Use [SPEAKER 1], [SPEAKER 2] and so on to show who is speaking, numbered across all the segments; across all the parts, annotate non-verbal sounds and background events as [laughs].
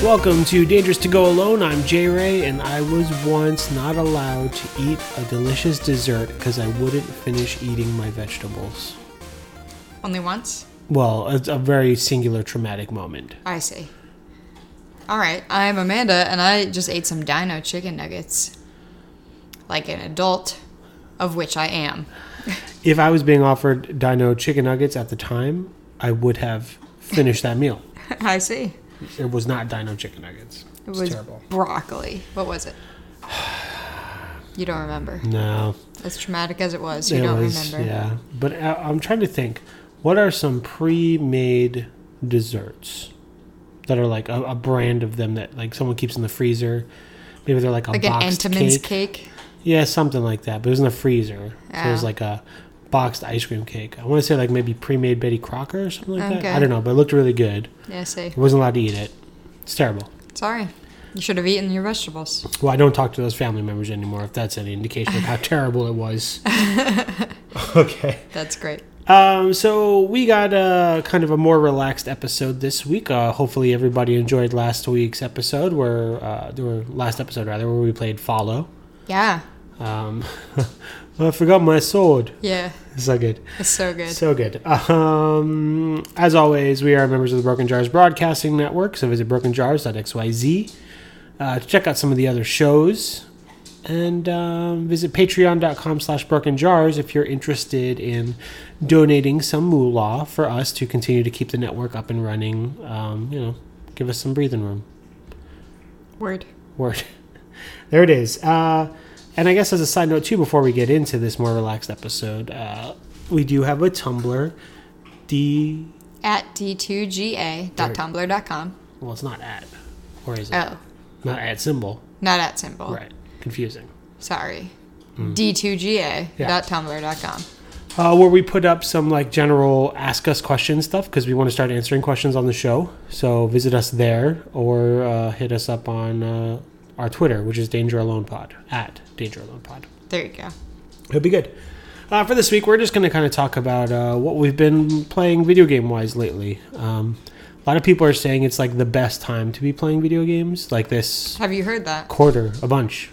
[SPEAKER 1] Welcome to Dangerous to Go Alone. I'm J Ray, and I was once not allowed to eat a delicious dessert because I wouldn't finish eating my vegetables.
[SPEAKER 2] Only once?
[SPEAKER 1] Well, it's a very singular traumatic moment.
[SPEAKER 2] I see. All right, I'm Amanda, and I just ate some dino chicken nuggets. Like an adult, of which I am. [laughs]
[SPEAKER 1] If I was being offered dino chicken nuggets at the time, I would have finished that meal.
[SPEAKER 2] I see.
[SPEAKER 1] It was not dino chicken nuggets.
[SPEAKER 2] It was broccoli. What was it? [sighs] You don't remember.
[SPEAKER 1] No,
[SPEAKER 2] As traumatic as it was, you
[SPEAKER 1] it
[SPEAKER 2] don't
[SPEAKER 1] was
[SPEAKER 2] remember.
[SPEAKER 1] yeah. But I, I'm trying to think, what are some pre-made desserts that are like a, a brand of them that like someone keeps in the freezer? Maybe they're like a
[SPEAKER 2] Like an
[SPEAKER 1] boxed
[SPEAKER 2] Entenmann's
[SPEAKER 1] cake.
[SPEAKER 2] cake.
[SPEAKER 1] yeah, something like that. But it was in the freezer, so it was
[SPEAKER 2] Yeah.
[SPEAKER 1] like a boxed ice cream cake. I want to say like maybe pre-made Betty Crocker or something like that.
[SPEAKER 2] Okay.
[SPEAKER 1] I don't know, but it looked really good.
[SPEAKER 2] Yeah, I see.
[SPEAKER 1] I wasn't allowed to eat it. It's terrible.
[SPEAKER 2] Sorry. You should have eaten your vegetables.
[SPEAKER 1] Well, I don't talk to those family members anymore. If that's any indication of how [laughs] terrible it was. okay.
[SPEAKER 2] That's great.
[SPEAKER 1] Um, so we got a kind of a more relaxed episode this week. Uh, hopefully, everybody enjoyed last week's episode, where uh, or last episode rather, where we played Follow.
[SPEAKER 2] Yeah.
[SPEAKER 1] Um, [laughs] I forgot my sword.
[SPEAKER 2] Yeah.
[SPEAKER 1] So good,
[SPEAKER 2] It's so good.
[SPEAKER 1] so good. Um, as always, we are members of the Broken Jars Broadcasting Network. So visit brokenjars.xyz uh, to check out some of the other shows. And um, visit patreon.com slash broken jars if you're interested in donating some moolah for us to continue to keep the network up and running. Um, you know, give us some breathing room.
[SPEAKER 2] Word.
[SPEAKER 1] Word. [laughs] There it is. Uh, and I guess as a side note too, before we get into this more relaxed episode, uh, we do have a Tumblr. D.
[SPEAKER 2] At d2ga.tumblr.com.
[SPEAKER 1] Well, it's not at, or is it?
[SPEAKER 2] Oh,
[SPEAKER 1] Not at symbol.
[SPEAKER 2] not at symbol.
[SPEAKER 1] Right. Mm. Confusing.
[SPEAKER 2] Sorry. d2ga.tumblr.com.
[SPEAKER 1] Uh, where we put up some like general ask us question stuff because we want to start answering questions on the show. So visit us there or uh, hit us up on uh, our Twitter, which is Danger Alone Pod at Danger Alone Pod.
[SPEAKER 2] There you go.
[SPEAKER 1] It'll be good. Uh, for this week, we're just going to kind of talk about uh, what we've been playing video game wise lately. Um, a lot of people are saying it's like the best time to be playing video games, like this
[SPEAKER 2] Have you heard that?
[SPEAKER 1] quarter, a bunch,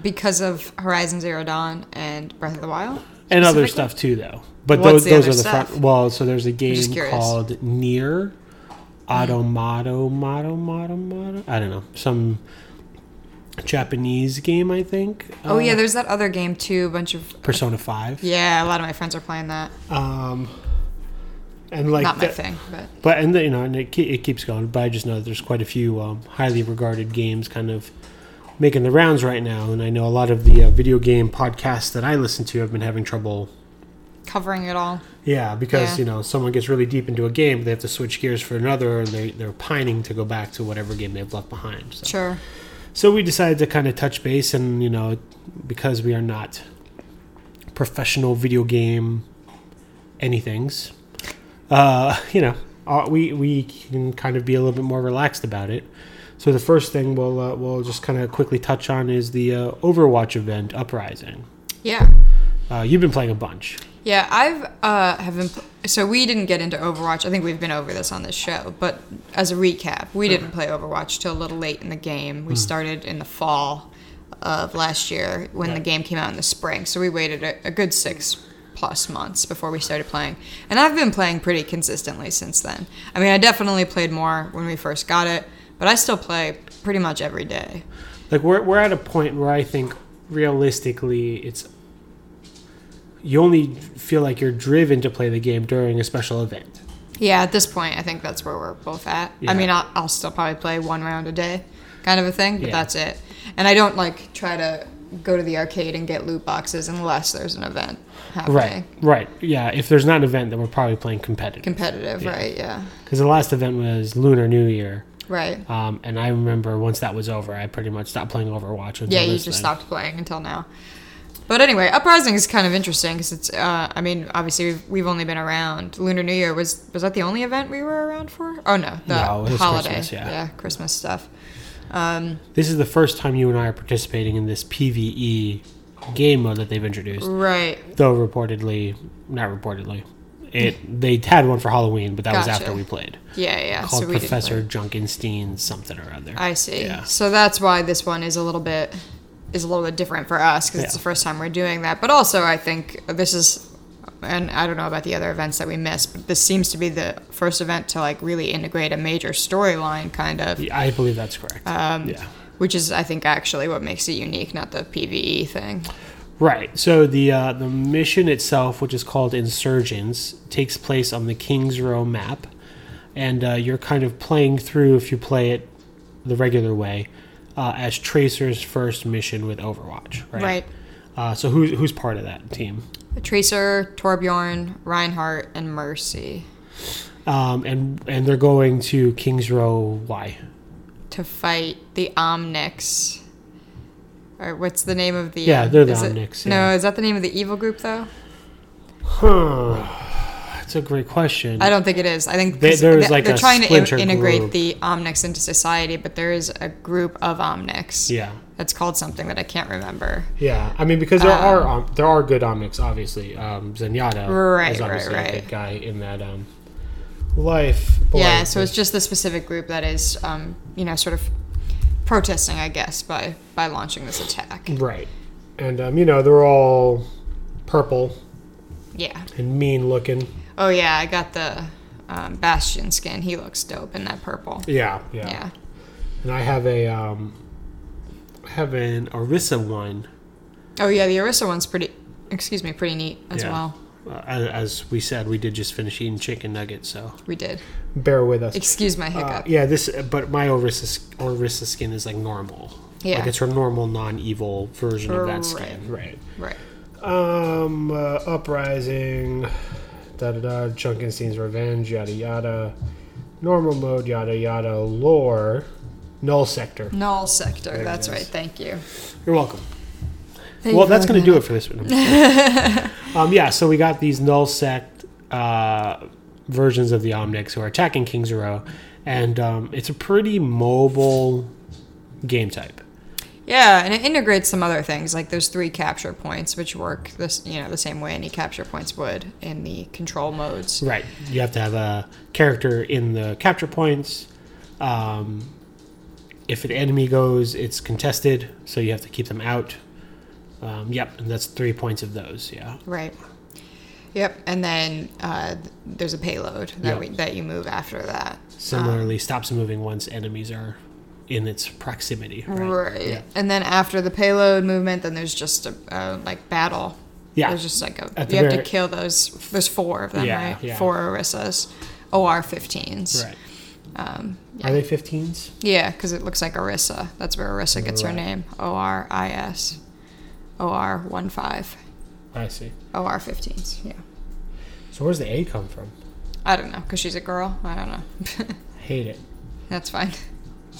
[SPEAKER 2] Because of Horizon Zero Dawn and Breath of the Wild?
[SPEAKER 1] and other
[SPEAKER 2] Specifically?
[SPEAKER 1] stuff too, though. But those,
[SPEAKER 2] What's the
[SPEAKER 1] those
[SPEAKER 2] other
[SPEAKER 1] are the
[SPEAKER 2] stuff?
[SPEAKER 1] front. Well, so there's a
[SPEAKER 2] just
[SPEAKER 1] game
[SPEAKER 2] curious. Mm-hmm.
[SPEAKER 1] called Near Automato, Mato, Mato, Mato. I don't know. Some Japanese game, I think.
[SPEAKER 2] Oh,
[SPEAKER 1] Uh,
[SPEAKER 2] yeah, there's that other game too. A bunch of.
[SPEAKER 1] Persona 5.
[SPEAKER 2] Yeah, a lot of my friends are playing that.
[SPEAKER 1] Um, and like
[SPEAKER 2] Not my
[SPEAKER 1] the-
[SPEAKER 2] thing, but.
[SPEAKER 1] But and the, you know, and it, ke- it keeps going. But I just know that there's quite a few um, highly regarded games kind of making the rounds right now, and I know a lot of the uh, video game podcasts that I listen to have been having trouble.
[SPEAKER 2] Covering it all.
[SPEAKER 1] Yeah, because
[SPEAKER 2] Yeah.
[SPEAKER 1] you know someone gets really deep into a game, they have to switch gears for another, and they they're pining to go back to whatever game they've left behind. So,
[SPEAKER 2] Sure.
[SPEAKER 1] so we decided to kind of touch base, and you know, because we are not professional video game anythings, uh, [laughs] you know, uh, we we can kind of be a little bit more relaxed about it. So the first thing we'll uh, we'll just kind of quickly touch on is the uh, Overwatch event, Uprising.
[SPEAKER 2] Yeah.
[SPEAKER 1] Uh, you've been playing a bunch.
[SPEAKER 2] Yeah, I've uh, have been. Pl- so we didn't get into Overwatch. I think we've been over this on this show. But as a recap, we didn't play Overwatch till a little late in the game. We started in the fall of last year when the game came out in the spring. So we waited a, a good six plus months before we started playing. And I've been playing pretty consistently since then. I mean, I definitely played more when we first got it, but I still play pretty much every day.
[SPEAKER 1] Like we're we're at a point where I think realistically it's you only feel like you're driven to play the game during a special event.
[SPEAKER 2] Yeah, at this point, I think that's where we're both at.
[SPEAKER 1] Yeah.
[SPEAKER 2] I mean, I'll, I'll still probably play one round a day, kind of a thing, but
[SPEAKER 1] Yeah.
[SPEAKER 2] that's it. And I don't like try to go to the arcade and get loot boxes unless there's an event happening.
[SPEAKER 1] Right. Right. Yeah. If there's not an event, then we're probably playing competitive.
[SPEAKER 2] Competitive, right? Yeah.
[SPEAKER 1] Because the last event was Lunar New Year,
[SPEAKER 2] Right.
[SPEAKER 1] um, and I remember once that was over, I pretty much stopped playing Overwatch. Until
[SPEAKER 2] Yeah, you
[SPEAKER 1] this
[SPEAKER 2] just
[SPEAKER 1] thing.
[SPEAKER 2] stopped playing until now. But anyway, Uprising is kind of interesting because it's, uh, I mean, obviously we've, we've only been around. Lunar New Year was, was that the only event we were around for? Oh, no. The
[SPEAKER 1] No, it was
[SPEAKER 2] holiday.
[SPEAKER 1] Christmas, yeah.
[SPEAKER 2] Christmas stuff.
[SPEAKER 1] This is the first time you and I are participating in this PVE game mode that they've introduced,
[SPEAKER 2] Right.
[SPEAKER 1] though reportedly, not reportedly, It they had one for Halloween, but that was
[SPEAKER 2] Gotcha.
[SPEAKER 1] after we played.
[SPEAKER 2] Yeah, yeah.
[SPEAKER 1] Called
[SPEAKER 2] so we didn't
[SPEAKER 1] Professor
[SPEAKER 2] play.
[SPEAKER 1] Junkenstein something or other.
[SPEAKER 2] I see.
[SPEAKER 1] Yeah.
[SPEAKER 2] So that's why this one is a little bit is a little bit different for us because it's
[SPEAKER 1] Yeah.
[SPEAKER 2] the first time we're doing that. But also, I think this is, and I don't know about the other events that we missed, but this seems to be the first event to like really integrate a major storyline, kind of,
[SPEAKER 1] Yeah, I believe that's correct.
[SPEAKER 2] Um,
[SPEAKER 1] yeah.
[SPEAKER 2] which is I think actually what makes it unique, not the PVE thing.
[SPEAKER 1] Right. So the uh, the mission itself, which is called Insurgents, takes place on the Kings Row map, and uh, you're kind of playing through if you play it the regular way uh, as Tracer's first mission with Overwatch. Right.
[SPEAKER 2] Right.
[SPEAKER 1] Uh, so who's who's part of that team?
[SPEAKER 2] Tracer, Torbjorn, Reinhardt, and Mercy
[SPEAKER 1] Um, and and they're going to Kings Row. Why?
[SPEAKER 2] to fight the Omnics. Or what's the name of the?
[SPEAKER 1] Yeah, they're the
[SPEAKER 2] is it-
[SPEAKER 1] Omnics,
[SPEAKER 2] No,
[SPEAKER 1] yeah.
[SPEAKER 2] is that the name of the evil group though?
[SPEAKER 1] Huh. That's a great question.
[SPEAKER 2] I don't think it is. I think
[SPEAKER 1] They-
[SPEAKER 2] 'cause
[SPEAKER 1] there is
[SPEAKER 2] they-
[SPEAKER 1] like
[SPEAKER 2] they're
[SPEAKER 1] a
[SPEAKER 2] trying to
[SPEAKER 1] splinter
[SPEAKER 2] in- integrate
[SPEAKER 1] group.
[SPEAKER 2] the Omnics into society, but there is a group of Omnics.
[SPEAKER 1] yeah.
[SPEAKER 2] That's called something that I can't remember.
[SPEAKER 1] Yeah, I mean because there are um, there are good omnics, obviously. Um, Zenyatta
[SPEAKER 2] Right,
[SPEAKER 1] is obviously
[SPEAKER 2] right,
[SPEAKER 1] a
[SPEAKER 2] right.
[SPEAKER 1] good guy in that um, life.
[SPEAKER 2] yeah,
[SPEAKER 1] Boy,
[SPEAKER 2] so it's just the specific group that is, um, you know, sort of protesting, I guess, by by launching this attack.
[SPEAKER 1] right, and um, you know they're all purple
[SPEAKER 2] Yeah.
[SPEAKER 1] and mean looking.
[SPEAKER 2] Oh yeah, I got the um, Bastion skin. He looks dope in that purple.
[SPEAKER 1] Yeah, yeah.
[SPEAKER 2] Yeah.
[SPEAKER 1] And I have a um, I have an Orisa one
[SPEAKER 2] Oh yeah, the Orisa one's pretty. Excuse me, pretty neat as
[SPEAKER 1] Yeah.
[SPEAKER 2] well.
[SPEAKER 1] Uh, as- as we said, we did just finish eating chicken nuggets, so
[SPEAKER 2] We did.
[SPEAKER 1] bear with us.
[SPEAKER 2] Excuse my
[SPEAKER 1] Uh,
[SPEAKER 2] hiccup.
[SPEAKER 1] yeah, this but my Orisa Orisa skin is like normal.
[SPEAKER 2] Yeah.
[SPEAKER 1] like it's her normal non-evil version of that skin. Right.
[SPEAKER 2] Right.
[SPEAKER 1] Um, uh, Uprising, da da da, Junkenstein's Revenge, yada yada, Normal Mode, yada yada, Lore, Null Sector.
[SPEAKER 2] Null sector.
[SPEAKER 1] it
[SPEAKER 2] that's
[SPEAKER 1] is.
[SPEAKER 2] right. Thank you.
[SPEAKER 1] You're welcome.
[SPEAKER 2] Thank
[SPEAKER 1] well,
[SPEAKER 2] you
[SPEAKER 1] that's
[SPEAKER 2] for
[SPEAKER 1] going to
[SPEAKER 2] looking
[SPEAKER 1] do it for this one. um, yeah, so we got these Null Sect uh, versions of the Omnics who are attacking King's Row, and um, it's a pretty mobile game type.
[SPEAKER 2] Yeah, and it integrates some other things. Like there's three capture points, which work this you know the same way any capture points would in the control modes.
[SPEAKER 1] Right. You have to have a character in the capture points. Um, if an enemy goes, it's contested, so you have to keep them out. Um, yep, and that's three points of those. Yeah.
[SPEAKER 2] Right. Yep. And then uh, there's a payload that
[SPEAKER 1] Yeah.
[SPEAKER 2] we, that you move after that.
[SPEAKER 1] Similarly,
[SPEAKER 2] Ah.
[SPEAKER 1] stops moving once enemies are in its proximity. Right.
[SPEAKER 2] Right.
[SPEAKER 1] Yeah.
[SPEAKER 2] And then after the payload movement, then there's just a, a like battle.
[SPEAKER 1] Yeah.
[SPEAKER 2] There's just like a
[SPEAKER 1] At the
[SPEAKER 2] you have to
[SPEAKER 1] very-
[SPEAKER 2] kill those. There's four of them,
[SPEAKER 1] Yeah,
[SPEAKER 2] right?
[SPEAKER 1] yeah.
[SPEAKER 2] Four Orissas, OR 15s.
[SPEAKER 1] Right.
[SPEAKER 2] Um, yeah.
[SPEAKER 1] Are they 15s?
[SPEAKER 2] Yeah, because it looks like Orissa. That's where Orissa gets her
[SPEAKER 1] Right.
[SPEAKER 2] name. O R I S. O R 1 5.
[SPEAKER 1] I see.
[SPEAKER 2] O R 15s. Yeah.
[SPEAKER 1] So where's the A come from?
[SPEAKER 2] I don't know, because she's a girl. I don't know. [laughs]
[SPEAKER 1] Hate it.
[SPEAKER 2] That's fine.
[SPEAKER 1] Mm-hmm.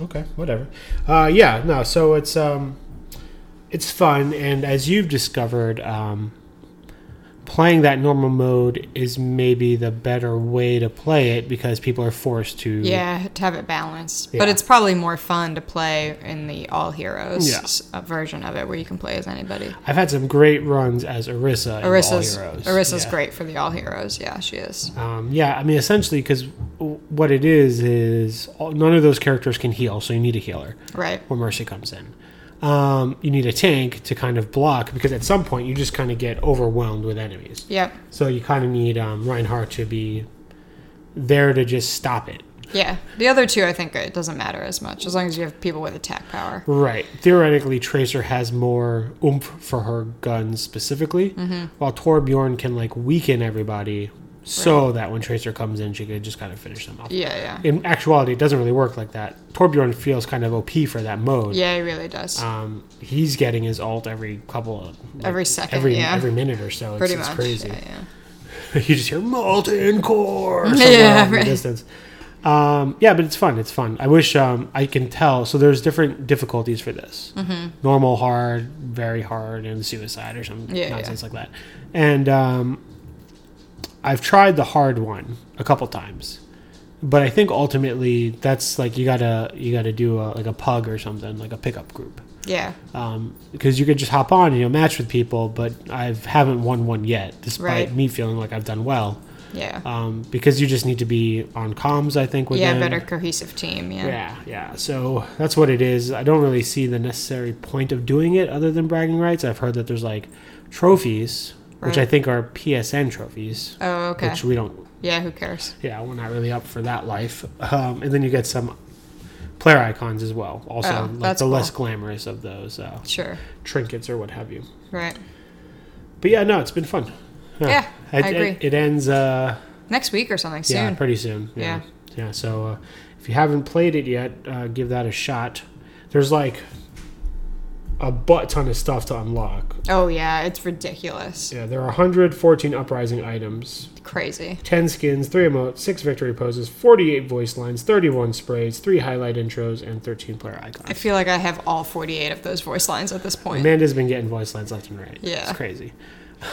[SPEAKER 1] Okay, whatever. Uh, yeah, no. So it's um, it's fun, and as you've discovered, um, playing that normal mode is maybe the better way to play it because people are forced to.
[SPEAKER 2] Yeah, to have it balanced.
[SPEAKER 1] Yeah.
[SPEAKER 2] But it's probably more fun to play in the All Heroes
[SPEAKER 1] Yeah.
[SPEAKER 2] s- uh, version of it, where you can play as anybody.
[SPEAKER 1] I've had some great runs as Orisa. in All
[SPEAKER 2] Orissa's,
[SPEAKER 1] Heroes.
[SPEAKER 2] Orissa's
[SPEAKER 1] Yeah.
[SPEAKER 2] great for the All Heroes. Yeah, she is.
[SPEAKER 1] Um, yeah, I mean, essentially, because what it is is all, none of those characters can heal, so you need a healer.
[SPEAKER 2] Right.
[SPEAKER 1] where Mercy comes in. Um, you need a tank to kind of block because at some point you just kind of get overwhelmed with enemies.
[SPEAKER 2] Yep.
[SPEAKER 1] So you kind of need um, Reinhardt to be there to just stop it.
[SPEAKER 2] Yeah. The other two, I think it doesn't matter as much, as long as you have people with attack power.
[SPEAKER 1] Right. Theoretically, Tracer has more oomph for her guns specifically,
[SPEAKER 2] Mm-hmm.
[SPEAKER 1] while Torbjorn can like weaken everybody so that when Tracer comes in, she can just kind of finish them off.
[SPEAKER 2] Yeah, yeah.
[SPEAKER 1] In actuality, it doesn't really work like that. Torbjorn feels kind of OP for that mode.
[SPEAKER 2] Yeah, it really does.
[SPEAKER 1] Um, he's getting his alt every couple of like,
[SPEAKER 2] Every [laughs] second,
[SPEAKER 1] every
[SPEAKER 2] yeah.
[SPEAKER 1] every minute or so. It's,
[SPEAKER 2] Pretty
[SPEAKER 1] it's
[SPEAKER 2] much.
[SPEAKER 1] crazy.
[SPEAKER 2] Yeah,
[SPEAKER 1] [laughs]
[SPEAKER 2] yeah.
[SPEAKER 1] you just hear molten
[SPEAKER 2] [laughs]
[SPEAKER 1] core somewhere
[SPEAKER 2] Yeah,
[SPEAKER 1] off in
[SPEAKER 2] right.
[SPEAKER 1] the distance. Um, yeah, but it's fun. It's fun. I wish um, I can tell. So there's different difficulties for this:
[SPEAKER 2] Mm-hmm.
[SPEAKER 1] normal, hard, very hard, and suicide or something
[SPEAKER 2] Yeah,
[SPEAKER 1] nonsense like that. And um, I've tried the hard one a couple times, but I think ultimately that's like you gotta you gotta do a, like a pug or something like a pickup group.
[SPEAKER 2] Yeah.
[SPEAKER 1] um, because you could just hop on and you'll match with people. But I haven't won one yet, despite
[SPEAKER 2] Right.
[SPEAKER 1] me feeling like I've done well.
[SPEAKER 2] Yeah.
[SPEAKER 1] Um, because you just need to be on comms, I think. With
[SPEAKER 2] yeah.
[SPEAKER 1] them.
[SPEAKER 2] Better cohesive team. Yeah.
[SPEAKER 1] Yeah, yeah. So that's what it is. I don't really see the necessary point of doing it other than bragging rights. I've heard that there's like trophies, which
[SPEAKER 2] Right.
[SPEAKER 1] I think are PSN trophies,
[SPEAKER 2] Oh, okay.
[SPEAKER 1] which we don't.
[SPEAKER 2] yeah. Who cares?
[SPEAKER 1] Yeah, we're not really up for that life. Um, and then you get some player icons as well. Also,
[SPEAKER 2] Oh,
[SPEAKER 1] like
[SPEAKER 2] that's
[SPEAKER 1] the less
[SPEAKER 2] cool.
[SPEAKER 1] glamorous of those uh,
[SPEAKER 2] Sure.
[SPEAKER 1] trinkets or what have you.
[SPEAKER 2] Right.
[SPEAKER 1] But yeah, no, it's been fun. Huh.
[SPEAKER 2] Yeah, I
[SPEAKER 1] It-
[SPEAKER 2] agree.
[SPEAKER 1] It, it ends. Uh,
[SPEAKER 2] Next week or something
[SPEAKER 1] Yeah,
[SPEAKER 2] soon.
[SPEAKER 1] pretty soon.
[SPEAKER 2] Yeah.
[SPEAKER 1] Yeah. Yeah. so uh, if you haven't played it yet, uh, give that a shot. There's like a butt ton of stuff to unlock.
[SPEAKER 2] oh yeah, it's ridiculous.
[SPEAKER 1] Yeah, there are 114 uprising items,
[SPEAKER 2] Crazy.
[SPEAKER 1] 10 skins, 3 emotes, 6 victory poses, 48 voice lines, 31 sprays, 3 highlight intros, and 13 player icons.
[SPEAKER 2] I feel like I have all 48 of those voice lines at this point.
[SPEAKER 1] Amanda's been getting voice lines left and right.
[SPEAKER 2] Yeah.
[SPEAKER 1] It's crazy.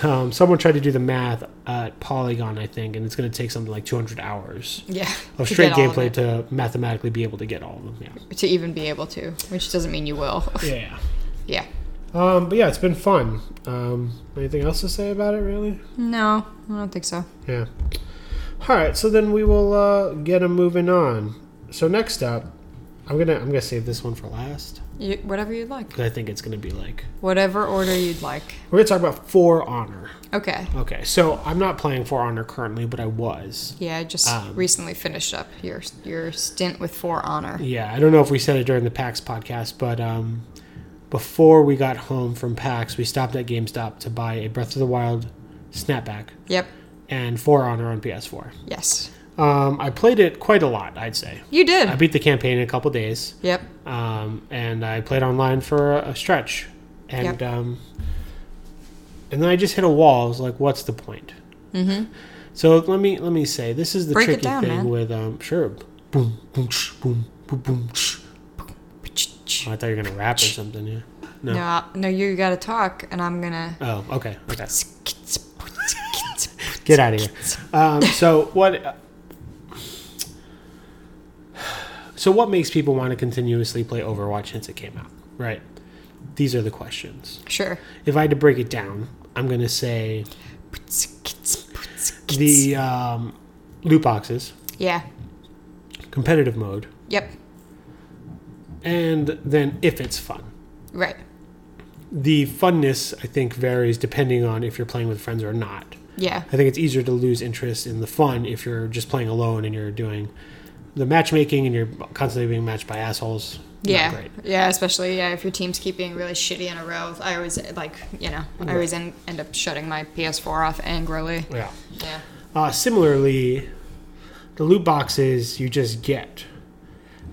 [SPEAKER 1] Um, someone tried to do the math at Polygon, I think, and it's going to take something like 200 hours
[SPEAKER 2] yeah.
[SPEAKER 1] of
[SPEAKER 2] to
[SPEAKER 1] Oh, straight
[SPEAKER 2] get all of
[SPEAKER 1] gameplay
[SPEAKER 2] it.
[SPEAKER 1] to mathematically be able to get all of them. Yeah.
[SPEAKER 2] to even be able to, which doesn't mean you will. [laughs]
[SPEAKER 1] [laughs] Yeah.
[SPEAKER 2] yeah.
[SPEAKER 1] Um, but yeah, it's been fun. Um, anything else to say about it, really?
[SPEAKER 2] No, I don't think so.
[SPEAKER 1] Yeah. All right, so then we will uh, get 'em moving on. So next up, I'm gonna I'm gonna save this one for last
[SPEAKER 2] You, whatever you'd like.
[SPEAKER 1] 'cause I think it's gonna be like
[SPEAKER 2] Whatever order you'd like.
[SPEAKER 1] we're gonna talk about For Honor.
[SPEAKER 2] Okay.
[SPEAKER 1] Okay, so I'm not playing For Honor currently, but I was.
[SPEAKER 2] Yeah, I just
[SPEAKER 1] Um,
[SPEAKER 2] recently finished up your your stint with For Honor.
[SPEAKER 1] Yeah, I don't know if we said it during the PAX podcast, but um, before we got home from PAX, we stopped at GameStop to buy a Breath of the Wild snapback
[SPEAKER 2] Yep.
[SPEAKER 1] and For Honor on PS4.
[SPEAKER 2] Yes.
[SPEAKER 1] Um, I played it quite a lot, I'd say.
[SPEAKER 2] You did.
[SPEAKER 1] I beat the campaign in a couple days,
[SPEAKER 2] yep.
[SPEAKER 1] um, and I played online for a stretch, and
[SPEAKER 2] Yep.
[SPEAKER 1] um, and then I just hit a wall. I was like, "What's the point?" Mm-hmm. So let me let me say this is the
[SPEAKER 2] Break it
[SPEAKER 1] tricky
[SPEAKER 2] down,
[SPEAKER 1] thing
[SPEAKER 2] man.
[SPEAKER 1] with um, sure, boom boom tsh, boom boom boom. tsh. Oh, I thought you were gonna rap or something. Yeah. No.
[SPEAKER 2] No, I- no, you gotta talk, and I'm gonna.
[SPEAKER 1] Oh, okay, okay. Get out of here. Um, so what? So what makes people want to continuously play Overwatch since it came out? Right. These are the questions.
[SPEAKER 2] Sure.
[SPEAKER 1] If I had to break it down, I'm gonna say the um, loot boxes,
[SPEAKER 2] Yeah.
[SPEAKER 1] competitive mode,
[SPEAKER 2] Yep.
[SPEAKER 1] and then if it's fun.
[SPEAKER 2] Right.
[SPEAKER 1] The funness I think varies depending on if you're playing with friends or not.
[SPEAKER 2] Yeah.
[SPEAKER 1] I think it's easier to lose interest in the fun if you're just playing alone and you're doing the matchmaking and you're constantly being matched by assholes. Not
[SPEAKER 2] Yeah.
[SPEAKER 1] great.
[SPEAKER 2] Yeah. Especially yeah, if your team's keep being really shitty in a row. I always like you know I always en- end up shutting my PS4 off angrily.
[SPEAKER 1] Yeah.
[SPEAKER 2] Yeah.
[SPEAKER 1] Uh, similarly, the loot boxes you just get,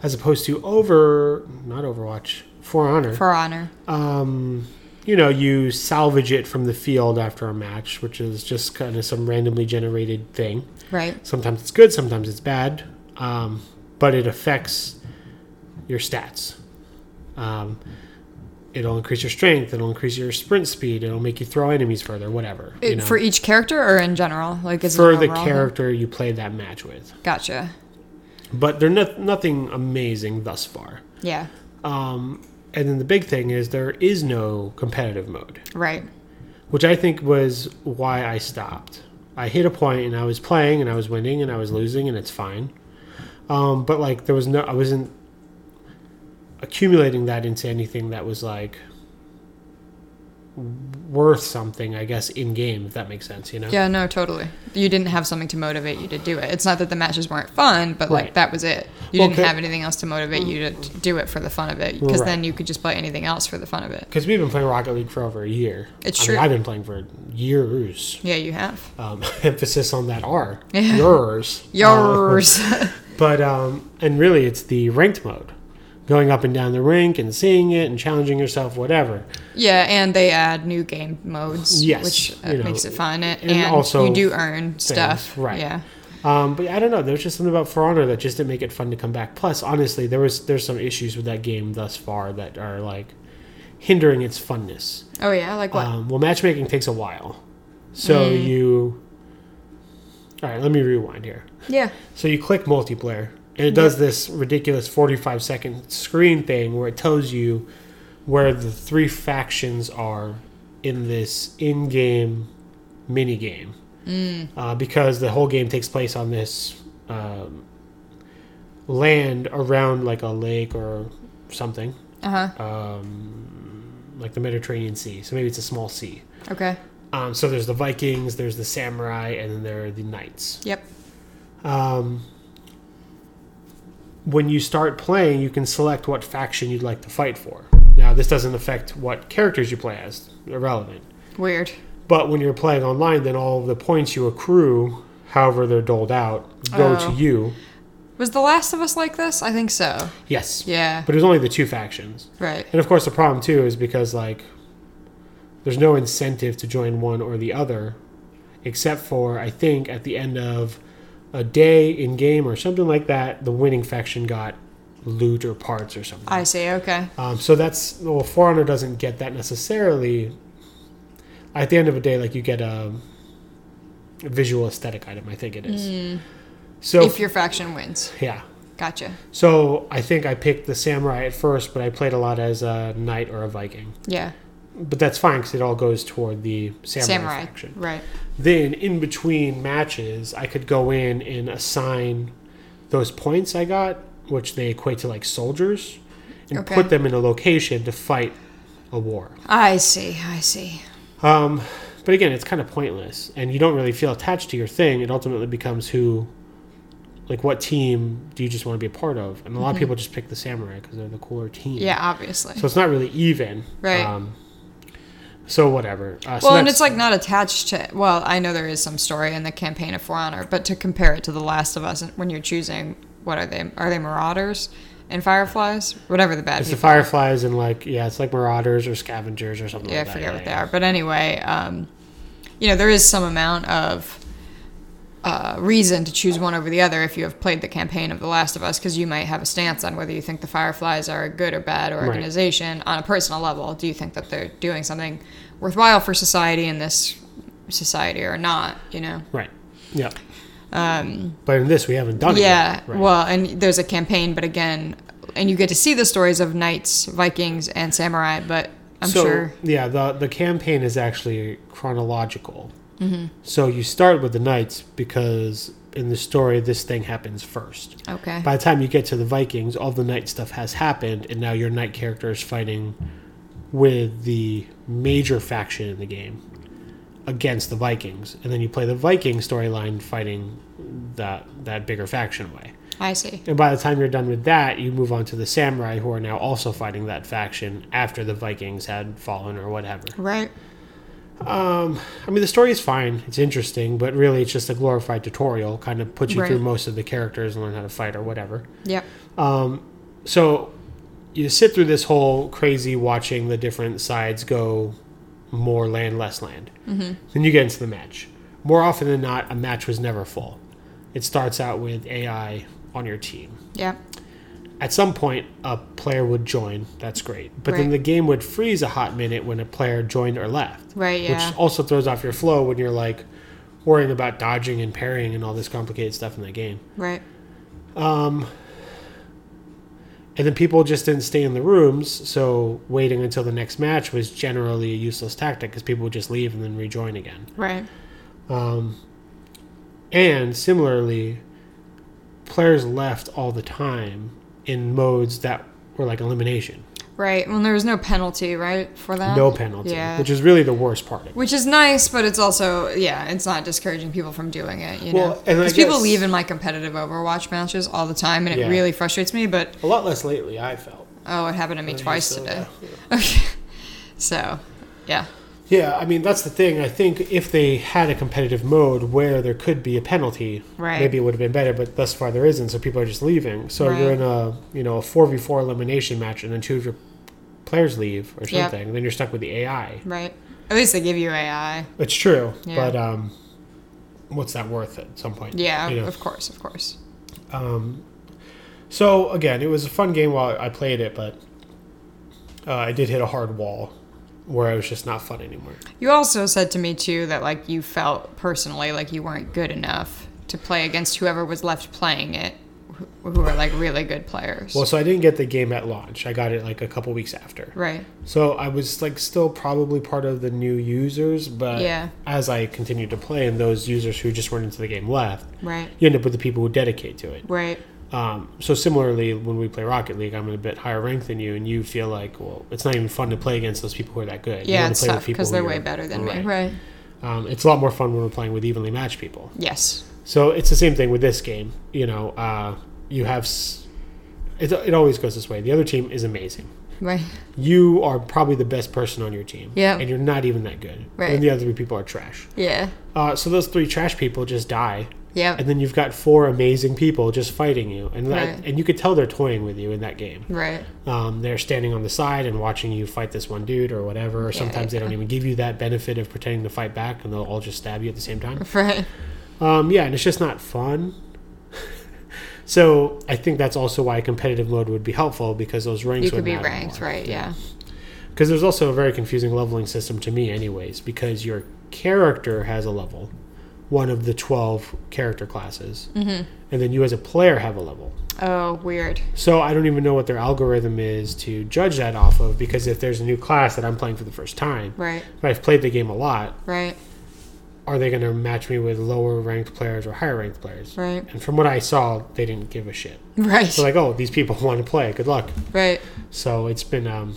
[SPEAKER 1] as opposed to over not Overwatch For Honor.
[SPEAKER 2] For Honor.
[SPEAKER 1] um, you know, you salvage it from the field after a match, which is just kind of some randomly generated thing.
[SPEAKER 2] Right.
[SPEAKER 1] Sometimes it's good, sometimes it's bad, um, but it affects your stats. Um, it'll increase your strength. It'll increase your sprint speed. It'll make you throw enemies further. Whatever you
[SPEAKER 2] It- For each character or in general, like is it
[SPEAKER 1] for
[SPEAKER 2] an
[SPEAKER 1] the
[SPEAKER 2] overall thing?
[SPEAKER 1] character you played that match with.
[SPEAKER 2] Gotcha.
[SPEAKER 1] But they're not, nothing amazing thus far.
[SPEAKER 2] Yeah.
[SPEAKER 1] Um, and then the big thing is there is no competitive mode,
[SPEAKER 2] Right.
[SPEAKER 1] which I think was why I stopped. I hit a point and I was playing and I was winning and I was losing and it's fine. Um, but like there was no, I wasn't accumulating that into anything that was like worth something, I guess, in game, if that makes sense, you know?
[SPEAKER 2] Yeah. No. Totally. You didn't have something to motivate you to do it. It's not that the matches weren't fun, but like
[SPEAKER 1] Right.
[SPEAKER 2] that was it. You
[SPEAKER 1] Well,
[SPEAKER 2] didn't
[SPEAKER 1] ca-
[SPEAKER 2] have anything else to motivate you to t- do it for the fun of it, because
[SPEAKER 1] Right.
[SPEAKER 2] then you could just play anything else for the fun of it.
[SPEAKER 1] Because we've been playing Rocket League for over a year.
[SPEAKER 2] It's
[SPEAKER 1] I
[SPEAKER 2] true.
[SPEAKER 1] Mean, I've been playing for years.
[SPEAKER 2] Yeah. You have
[SPEAKER 1] Um, [laughs] emphasis on that R.
[SPEAKER 2] Yeah.
[SPEAKER 1] Yours.
[SPEAKER 2] yours. [laughs]
[SPEAKER 1] But um, and really, it's the ranked mode, going up and down the rink and seeing it and challenging yourself, whatever.
[SPEAKER 2] Yeah, and they add new game modes,
[SPEAKER 1] Yes,
[SPEAKER 2] which uh,
[SPEAKER 1] you know,
[SPEAKER 2] makes it fun, and,
[SPEAKER 1] and
[SPEAKER 2] and
[SPEAKER 1] also
[SPEAKER 2] you do earn stuff,
[SPEAKER 1] right.
[SPEAKER 2] Yeah,
[SPEAKER 1] Um, but I don't know. There's just something about For Honor that just didn't make it fun to come back. Plus, honestly, there was there's some issues with that game thus far that are like hindering its funness.
[SPEAKER 2] oh yeah, like what?
[SPEAKER 1] Um, well, matchmaking takes a while, so you. All right, let me rewind here.
[SPEAKER 2] yeah,
[SPEAKER 1] So you click multiplayer, and it does this ridiculous 45 second screen thing where it tells you where the three factions are in this in-game mini game uh, because the whole game takes place on this um, land around like a lake or something
[SPEAKER 2] Uh huh.
[SPEAKER 1] like the Mediterranean Sea. So maybe it's a small sea.
[SPEAKER 2] Okay.
[SPEAKER 1] Um, so there's the Vikings, there's the samurai, and then there are the knights.
[SPEAKER 2] Yep.
[SPEAKER 1] When you start playing, you can select what faction you'd like to fight for. Now, this doesn't affect what characters you play as, irrelevant.
[SPEAKER 2] Weird.
[SPEAKER 1] But when you're playing online, then all of the points you accrue, however they're doled out, go
[SPEAKER 2] Oh.
[SPEAKER 1] to you.
[SPEAKER 2] Was The Last of Us like this? I think so.
[SPEAKER 1] Yes.
[SPEAKER 2] Yeah.
[SPEAKER 1] But it was only the two factions.
[SPEAKER 2] Right.
[SPEAKER 1] And of course, the problem too is because like there's no incentive to join one or the other, except for I think at the end of a day in game or something like that, the winning faction got loot or parts or something.
[SPEAKER 2] I see. Okay.
[SPEAKER 1] Um, so that's well, Forerunner doesn't get that necessarily. At the end of the day, like you get a, a visual aesthetic item, I think it is. So
[SPEAKER 2] Hmm. If your faction wins.
[SPEAKER 1] yeah,
[SPEAKER 2] Gotcha.
[SPEAKER 1] so I think I picked the samurai at first, but I played a lot as a knight or a Viking.
[SPEAKER 2] Yeah.
[SPEAKER 1] But that's fine because it all goes toward the samurai,
[SPEAKER 2] Samurai.
[SPEAKER 1] faction.
[SPEAKER 2] Right.
[SPEAKER 1] Then in between matches, I could go in and assign those points I got, which they equate to like soldiers, and
[SPEAKER 2] Okay.
[SPEAKER 1] put them in a location to fight a war.
[SPEAKER 2] I see. I see.
[SPEAKER 1] Um, but again, it's kind of pointless, and you don't really feel attached to your thing. It ultimately becomes who, like, what team do you just want to be a part of? And a lot of people just pick the samurai because they're the cooler team.
[SPEAKER 2] Mm-hmm. Yeah. Obviously.
[SPEAKER 1] So it's not really even.
[SPEAKER 2] Right.
[SPEAKER 1] Um, so whatever. Uh, so
[SPEAKER 2] well, and
[SPEAKER 1] that's-
[SPEAKER 2] it's like not attached to. Well, I know there is some story in the campaign of For Honor, but to compare it to The Last of Us, when you're choosing, what are they? Are they Marauders and Fireflies? Whatever the bad
[SPEAKER 1] It's the
[SPEAKER 2] people.
[SPEAKER 1] fireflies and like yeah, it's like marauders or scavengers or something.
[SPEAKER 2] yeah, I
[SPEAKER 1] like that,
[SPEAKER 2] forget what they
[SPEAKER 1] yeah.
[SPEAKER 2] are. But anyway, um, you know, there is some amount of uh, reason to choose one over the other if you have played the campaign of The Last of Us, because you might have a stance on whether you think the Fireflies are a good or bad organization on a personal level. Do you think that they're doing something worthwhile for society in this society or not? You know.
[SPEAKER 1] Right. Yeah. Um, but in this, we haven't done it.
[SPEAKER 2] Yeah.
[SPEAKER 1] yet. Right.
[SPEAKER 2] Well, and there's a campaign, but again, and you get to see the stories of knights, Vikings, and samurai. But I'm
[SPEAKER 1] so,
[SPEAKER 2] sure.
[SPEAKER 1] Yeah, the the campaign is actually chronological.
[SPEAKER 2] Mm-hmm.
[SPEAKER 1] So you start with the knights because in the story this thing happens first.
[SPEAKER 2] Okay.
[SPEAKER 1] By the time you get to the Vikings, all the knight stuff has happened, and now your knight character is fighting with the major faction in the game against the Vikings, and then you play the Viking storyline fighting that that bigger faction way.
[SPEAKER 2] I see.
[SPEAKER 1] And by the time you're done with that, you move on to the samurai who are now also fighting that faction after the Vikings had fallen or whatever.
[SPEAKER 2] Right.
[SPEAKER 1] I mean, the story is fine, it's interesting, but really it's just a glorified tutorial, kind of puts you
[SPEAKER 2] Right.
[SPEAKER 1] through most of the characters and learn how to fight or whatever.
[SPEAKER 2] Yep.
[SPEAKER 1] So you sit through this whole crazy watching the different sides go more land, less land. Mm-hmm. Then you get into the match. More often than not, a match was never full. It starts out with AI on your team.
[SPEAKER 2] Yep.
[SPEAKER 1] at some point a player would join that's great but then
[SPEAKER 2] Right.
[SPEAKER 1] the game would freeze a hot minute when a player joined or left
[SPEAKER 2] Right. Yeah.
[SPEAKER 1] which also throws off your flow when you're like worrying about dodging and parrying and all this complicated stuff in the game
[SPEAKER 2] right.
[SPEAKER 1] and then people just didn't stay in the rooms so waiting until the next match was generally a useless tactic because people would just leave and then rejoin again
[SPEAKER 2] Right.
[SPEAKER 1] and similarly players left all the time in modes that were like elimination
[SPEAKER 2] Right. Well, there was no penalty, right, for that.
[SPEAKER 1] no penalty
[SPEAKER 2] Oh, Yeah.
[SPEAKER 1] which is really the worst part of it.
[SPEAKER 2] Which is nice, but it's also yeah, it's not discouraging people from doing it. You
[SPEAKER 1] Well,
[SPEAKER 2] know,
[SPEAKER 1] and I
[SPEAKER 2] because people
[SPEAKER 1] guess-
[SPEAKER 2] leave in my competitive Overwatch matches all the time, and it
[SPEAKER 1] Yeah.
[SPEAKER 2] really frustrates me. But
[SPEAKER 1] a lot less lately i felt
[SPEAKER 2] oh, it happened to me twice
[SPEAKER 1] so,
[SPEAKER 2] today.
[SPEAKER 1] yeah.
[SPEAKER 2] [laughs] So, yeah.
[SPEAKER 1] Yeah, I mean that's the thing. I think if they had a competitive mode where there could be a penalty,
[SPEAKER 2] Right.
[SPEAKER 1] maybe it would have been better. But thus far there isn't, so people are just leaving. So you're
[SPEAKER 2] Right.
[SPEAKER 1] in a you know a four v four elimination match, and then two of your players leave or
[SPEAKER 2] Yep.
[SPEAKER 1] something, and then you're stuck with the AI.
[SPEAKER 2] Right. At least they give you AI.
[SPEAKER 1] It's true,
[SPEAKER 2] Yeah.
[SPEAKER 1] but um, what's that worth at some point?
[SPEAKER 2] Yeah,
[SPEAKER 1] you know?
[SPEAKER 2] of course, of course.
[SPEAKER 1] So again, it was a fun game while I played it, but uh, I did hit a hard wall where it was just not fun anymore.
[SPEAKER 2] You also said to me too that like you felt personally like you weren't good enough to play against whoever was left playing it, who who are like really good players.
[SPEAKER 1] Well, so I didn't get the game at launch. I got it like a couple weeks after.
[SPEAKER 2] right.
[SPEAKER 1] So I was like still probably part of the new users, but
[SPEAKER 2] Yeah.
[SPEAKER 1] as I continued to play and those users who just weren't into the game left,
[SPEAKER 2] Right.
[SPEAKER 1] you end up with the people who dedicate to it.
[SPEAKER 2] Right.
[SPEAKER 1] Um, so similarly, when we play Rocket League, I'm a bit higher ranked than you, and you feel like, well, it's not even fun to play against those people who are that good. You
[SPEAKER 2] Yeah,
[SPEAKER 1] wanna
[SPEAKER 2] it's
[SPEAKER 1] play with
[SPEAKER 2] tough
[SPEAKER 1] people
[SPEAKER 2] because
[SPEAKER 1] who
[SPEAKER 2] they're
[SPEAKER 1] you're-
[SPEAKER 2] way better than me.
[SPEAKER 1] Right.
[SPEAKER 2] Right.
[SPEAKER 1] Um, it's a lot more fun when we're playing with evenly matched people.
[SPEAKER 2] Yes.
[SPEAKER 1] So it's the same thing with this game. You know, uh, you have. S- it, it always goes this way. The other team is amazing.
[SPEAKER 2] Right.
[SPEAKER 1] You are probably the best person on your team.
[SPEAKER 2] Yeah.
[SPEAKER 1] And you're not even that good.
[SPEAKER 2] Right.
[SPEAKER 1] And the other three people are trash.
[SPEAKER 2] Yeah.
[SPEAKER 1] Uh, so those three trash people just die.
[SPEAKER 2] Yeah.
[SPEAKER 1] And then you've got four amazing people just fighting you. And, that,
[SPEAKER 2] Right.
[SPEAKER 1] and you could tell they're toying with you in that game.
[SPEAKER 2] Right. [laughs]
[SPEAKER 1] Um, they're standing on the side and watching you fight this one dude or whatever. Or sometimes they don't even give you that benefit of pretending to fight back and they'll all just stab you at the same time.
[SPEAKER 2] Right.
[SPEAKER 1] Um, yeah, and it's just not fun. [laughs] so I think that's also why competitive mode would be helpful because those ranks
[SPEAKER 2] You
[SPEAKER 1] would
[SPEAKER 2] could be
[SPEAKER 1] matter
[SPEAKER 2] ranked.
[SPEAKER 1] more.
[SPEAKER 2] Right. Yeah.
[SPEAKER 1] Because there's also a very confusing leveling system to me, anyways, because your character has a level, one of the 12 character classes, mm-hmm. and then you as a player have a level.
[SPEAKER 2] Oh, weird.
[SPEAKER 1] So I don't even know what their algorithm is to judge that off of because if there's a new class that I'm playing for the first time,
[SPEAKER 2] Right.
[SPEAKER 1] if I've played the game a lot,
[SPEAKER 2] Right.
[SPEAKER 1] are they going to match me with lower ranked players or higher ranked players?
[SPEAKER 2] Right. [laughs]
[SPEAKER 1] And from what I saw, they didn't give a shit.
[SPEAKER 2] Right.
[SPEAKER 1] They're like, oh, these people [laughs] want to play. Good luck.
[SPEAKER 2] right.
[SPEAKER 1] So it's been, um,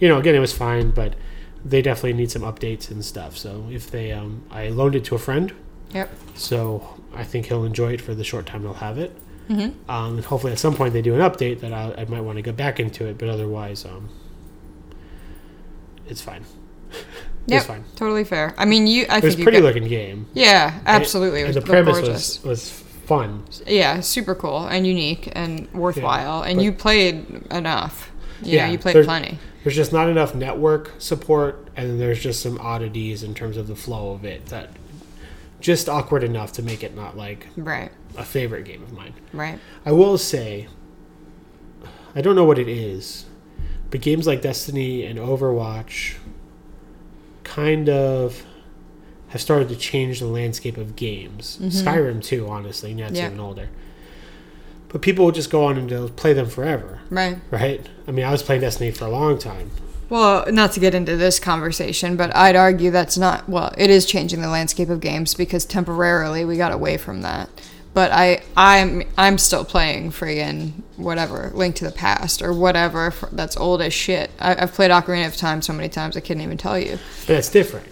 [SPEAKER 1] you know, again, it was fine, but they definitely need some updates and stuff. So if they, um, I loaned it to a friend,
[SPEAKER 2] Yep.
[SPEAKER 1] so I think he'll enjoy it for the short time he'll have it. Mm-hmm. Um, and hopefully, at some point, they do an update that I, I might want to go back into it. But otherwise, um, it's fine. [laughs]
[SPEAKER 2] Yep.
[SPEAKER 1] It's fine.
[SPEAKER 2] Totally fair. I mean, you. I
[SPEAKER 1] It was
[SPEAKER 2] think you
[SPEAKER 1] pretty
[SPEAKER 2] got-
[SPEAKER 1] looking game.
[SPEAKER 2] Yeah. Absolutely.
[SPEAKER 1] And
[SPEAKER 2] it was
[SPEAKER 1] the premise
[SPEAKER 2] gorgeous.
[SPEAKER 1] was was fun.
[SPEAKER 2] yeah, super cool and unique and worthwhile. and
[SPEAKER 1] but-
[SPEAKER 2] you played enough. You yeah,
[SPEAKER 1] Yeah,
[SPEAKER 2] you played
[SPEAKER 1] there's-
[SPEAKER 2] plenty.
[SPEAKER 1] There's just not enough network support, and then there's just some oddities in terms of the flow of it that just awkward enough to make it not like
[SPEAKER 2] Right.
[SPEAKER 1] a favorite game of mine.
[SPEAKER 2] Right.
[SPEAKER 1] I will say, I don't know what it is, but games like Destiny and Overwatch kind of have started to change the landscape of games. Skyrim, too, honestly, now it's
[SPEAKER 2] Yeah.
[SPEAKER 1] even older. But people will just go on and they'll play them forever,
[SPEAKER 2] Right.
[SPEAKER 1] right? I mean, I was playing Destiny for a long time.
[SPEAKER 2] Well, not to get into this conversation, but I'd argue that's not, well, it is changing the landscape of games because temporarily we got away from that. But I, I'm, I'm still playing friggin' whatever, Link to the Past or whatever fr- that's old as shit. I, I've played Ocarina of Time so many times I couldn't even tell you.
[SPEAKER 1] But that's different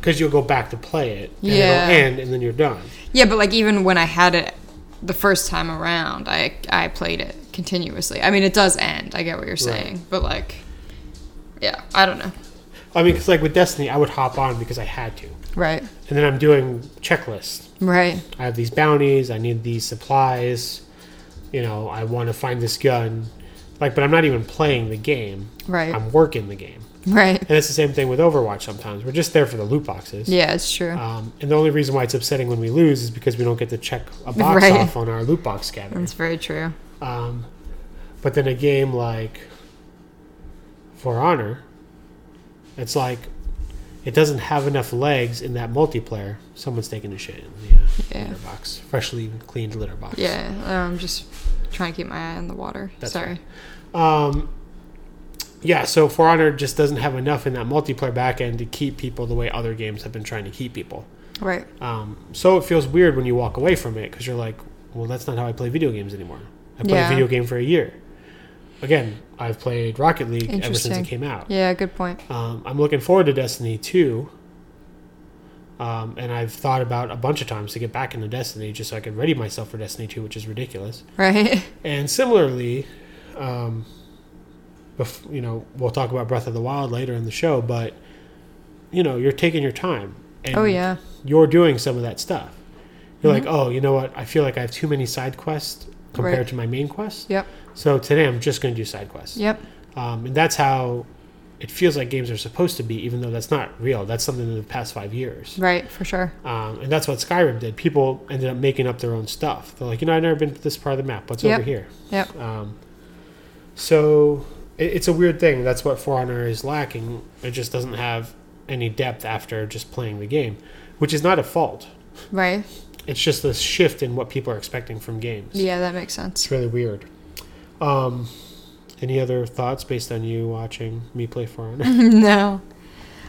[SPEAKER 1] because you'll go back to play it, and
[SPEAKER 2] Yeah.
[SPEAKER 1] it'll end, and then you're done.
[SPEAKER 2] Yeah, but like even when I had it the first time around, I I played it continuously. I mean, it does end. I get what you're saying, but like, yeah, I don't know.
[SPEAKER 1] I mean, because like with Destiny, I would hop on because I had to,
[SPEAKER 2] Right,
[SPEAKER 1] and then I'm doing checklists.
[SPEAKER 2] right,
[SPEAKER 1] I have these bounties. I need these supplies. You know, I want to find this gun. Like, but I'm not even playing the game.
[SPEAKER 2] Right.
[SPEAKER 1] I'm working the game. [laughs]
[SPEAKER 2] right. [laughs]
[SPEAKER 1] And it's the same thing with Overwatch sometimes. We're just there for the loot boxes.
[SPEAKER 2] Yeah, it's true.
[SPEAKER 1] Um, and the only reason why it's upsetting when we lose is because we don't get to check a box
[SPEAKER 2] [laughs] Right.
[SPEAKER 1] off on our loot box scatter.
[SPEAKER 2] That's very true.
[SPEAKER 1] Um, but then a game like For Honor, it's like it doesn't have enough legs in that multiplayer. Someone's taking a shit in the uh,
[SPEAKER 2] Yeah,
[SPEAKER 1] litter box, freshly cleaned litter box.
[SPEAKER 2] yeah. I'm just trying to keep my eye on the water.
[SPEAKER 1] That's
[SPEAKER 2] Sorry.
[SPEAKER 1] Um, yeah, so For Honor just doesn't have enough in that multiplayer backend to keep people the way other games have been trying to keep people.
[SPEAKER 2] Right.
[SPEAKER 1] Um, so it feels weird when you walk away from it because you're like, well, that's not how I play video games anymore. I played
[SPEAKER 2] Yeah.
[SPEAKER 1] a video game for a year. Again, I've played Rocket League ever since
[SPEAKER 2] Interesting.
[SPEAKER 1] it came out.
[SPEAKER 2] Yeah, good point.
[SPEAKER 1] Um, I'm looking forward to Destiny 2. Um, and I've thought about a bunch of times to get back into Destiny just so I could ready myself for Destiny 2, which is ridiculous.
[SPEAKER 2] Right. [laughs]
[SPEAKER 1] And similarly, um, bef- you know, we'll talk about Breath of the Wild later in the show, but you know, you're taking your time. And
[SPEAKER 2] Oh yeah. Mm-hmm.
[SPEAKER 1] You're doing some of that stuff. You're like, oh, you know what? I feel like I have too many side quests compared
[SPEAKER 2] Right.
[SPEAKER 1] to my main quest.
[SPEAKER 2] Yep.
[SPEAKER 1] So today I'm just going to do side quests.
[SPEAKER 2] Yep.
[SPEAKER 1] Um, and that's how it feels like games are supposed to be, even though that's not real. That's something in the past five years.
[SPEAKER 2] Right. For sure.
[SPEAKER 1] Um, and that's what Skyrim did. People ended up making up their own stuff. They're like, you know, I've never been to this part of the map. What's
[SPEAKER 2] Yep.
[SPEAKER 1] over here?
[SPEAKER 2] Yep.
[SPEAKER 1] Um, so it, it's a weird thing. That's what For Honor is lacking. It just doesn't have any depth after just playing the game, which is not a fault.
[SPEAKER 2] Right.
[SPEAKER 1] It's just this shift in what people are expecting from games.
[SPEAKER 2] Yeah, that makes sense. [laughs]
[SPEAKER 1] It's really weird. Um, any other thoughts based on you watching me play Forerunner?
[SPEAKER 2] no.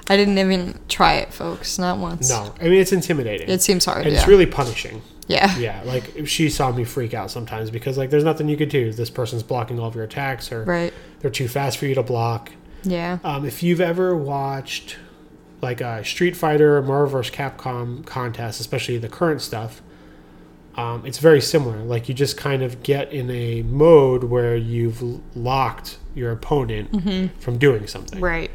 [SPEAKER 2] I didn't even try it, folks. Not once.
[SPEAKER 1] no, I mean it's intimidating.
[SPEAKER 2] It seems hard.
[SPEAKER 1] and
[SPEAKER 2] yeah.
[SPEAKER 1] it's really punishing.
[SPEAKER 2] yeah.
[SPEAKER 1] Yeah, like she saw me freak out sometimes because like there's nothing you could do. This person's blocking all of your attacks, or
[SPEAKER 2] Right.
[SPEAKER 1] they're too fast for you to block.
[SPEAKER 2] Yeah.
[SPEAKER 1] Um, if you've ever watched like a Street Fighter or Marvel vs. Capcom contest, especially the current stuff, um, it's very similar. Like you just kind of get in a mode where you've l- locked your opponent from doing something.
[SPEAKER 2] Right.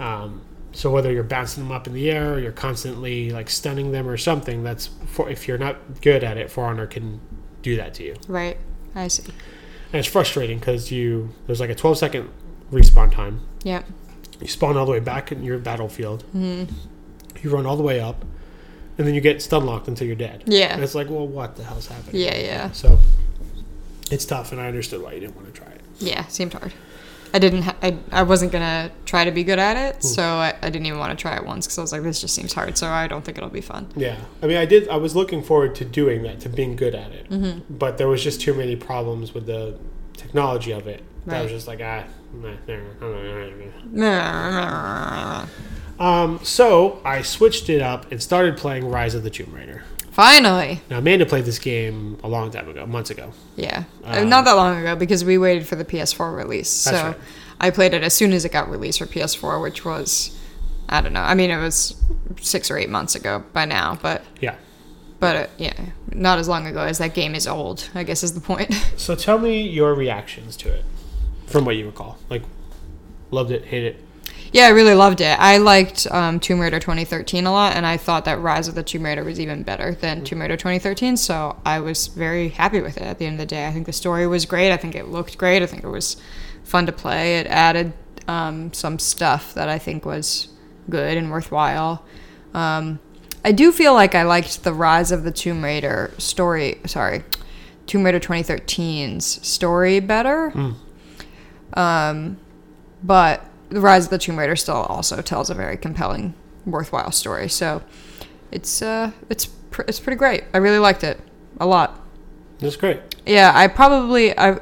[SPEAKER 1] Um, so whether you're bouncing them up in the air, or you're constantly like stunning them or something, that's for if you're not good at it, Forerunner can do that to you.
[SPEAKER 2] Right. I see.
[SPEAKER 1] And it's frustrating because you there's like a 12 second respawn time.
[SPEAKER 2] Yeah.
[SPEAKER 1] You spawn all the way back in your battlefield.
[SPEAKER 2] Mm-hmm.
[SPEAKER 1] You run all the way up, and then you get stun locked until you're dead.
[SPEAKER 2] Yeah.
[SPEAKER 1] And it's like, well, what the hell's happening?
[SPEAKER 2] Yeah. Yeah.
[SPEAKER 1] So it's tough, and I understood why you didn't want to try it.
[SPEAKER 2] Yeah. Seemed hard. I didn't. Ha- I, I wasn't gonna try to be good at
[SPEAKER 1] Hmm.
[SPEAKER 2] it, so I, I didn't even want to try it once because I was like, this just seems hard. So I don't think it'll be fun. [laughs]
[SPEAKER 1] Yeah, I mean, I did. I was looking forward to doing that, to being good at it, but there was just too many problems with the technology of it. That I was
[SPEAKER 2] Right.
[SPEAKER 1] just like, ah, nah, nah, nah, nah, nah, nah. Um, so I switched it up and started playing Rise of the Tomb Raider.
[SPEAKER 2] Finally.
[SPEAKER 1] Now Amanda played this game a long time ago, months ago.
[SPEAKER 2] Yeah. Uh, Not that long ago because we waited for the PS4 release.
[SPEAKER 1] Um. That's
[SPEAKER 2] so
[SPEAKER 1] right.
[SPEAKER 2] I played it as soon as it got released for PS4, which was I don't know. I mean, it was six or eight months ago by now, but
[SPEAKER 1] Yeah.
[SPEAKER 2] but uh, yeah, not as long ago as that game is old. I guess is the point. [laughs]
[SPEAKER 1] So tell me your reactions to it, from what you recall. Like, loved it, hate it.
[SPEAKER 2] yeah, I really loved it. I liked um, Tomb Raider 2013 a lot, and I thought that Rise of the Tomb Raider was even better than Tomb Raider 2013. So I was very happy with it. At the end of the day, I think the story was great. I think it looked great. I think it was fun to play. It added um, some stuff that I think was good and worthwhile. Um, I do feel like I liked the Rise of the Tomb Raider story. Sorry, Tomb Raider 2013's story better. Um, but the Rise of the Tomb Raider still also tells a very compelling, worthwhile story. So it's uh, it's pr- it's pretty great. I really liked it a lot.
[SPEAKER 1] That's great.
[SPEAKER 2] Yeah, I probably I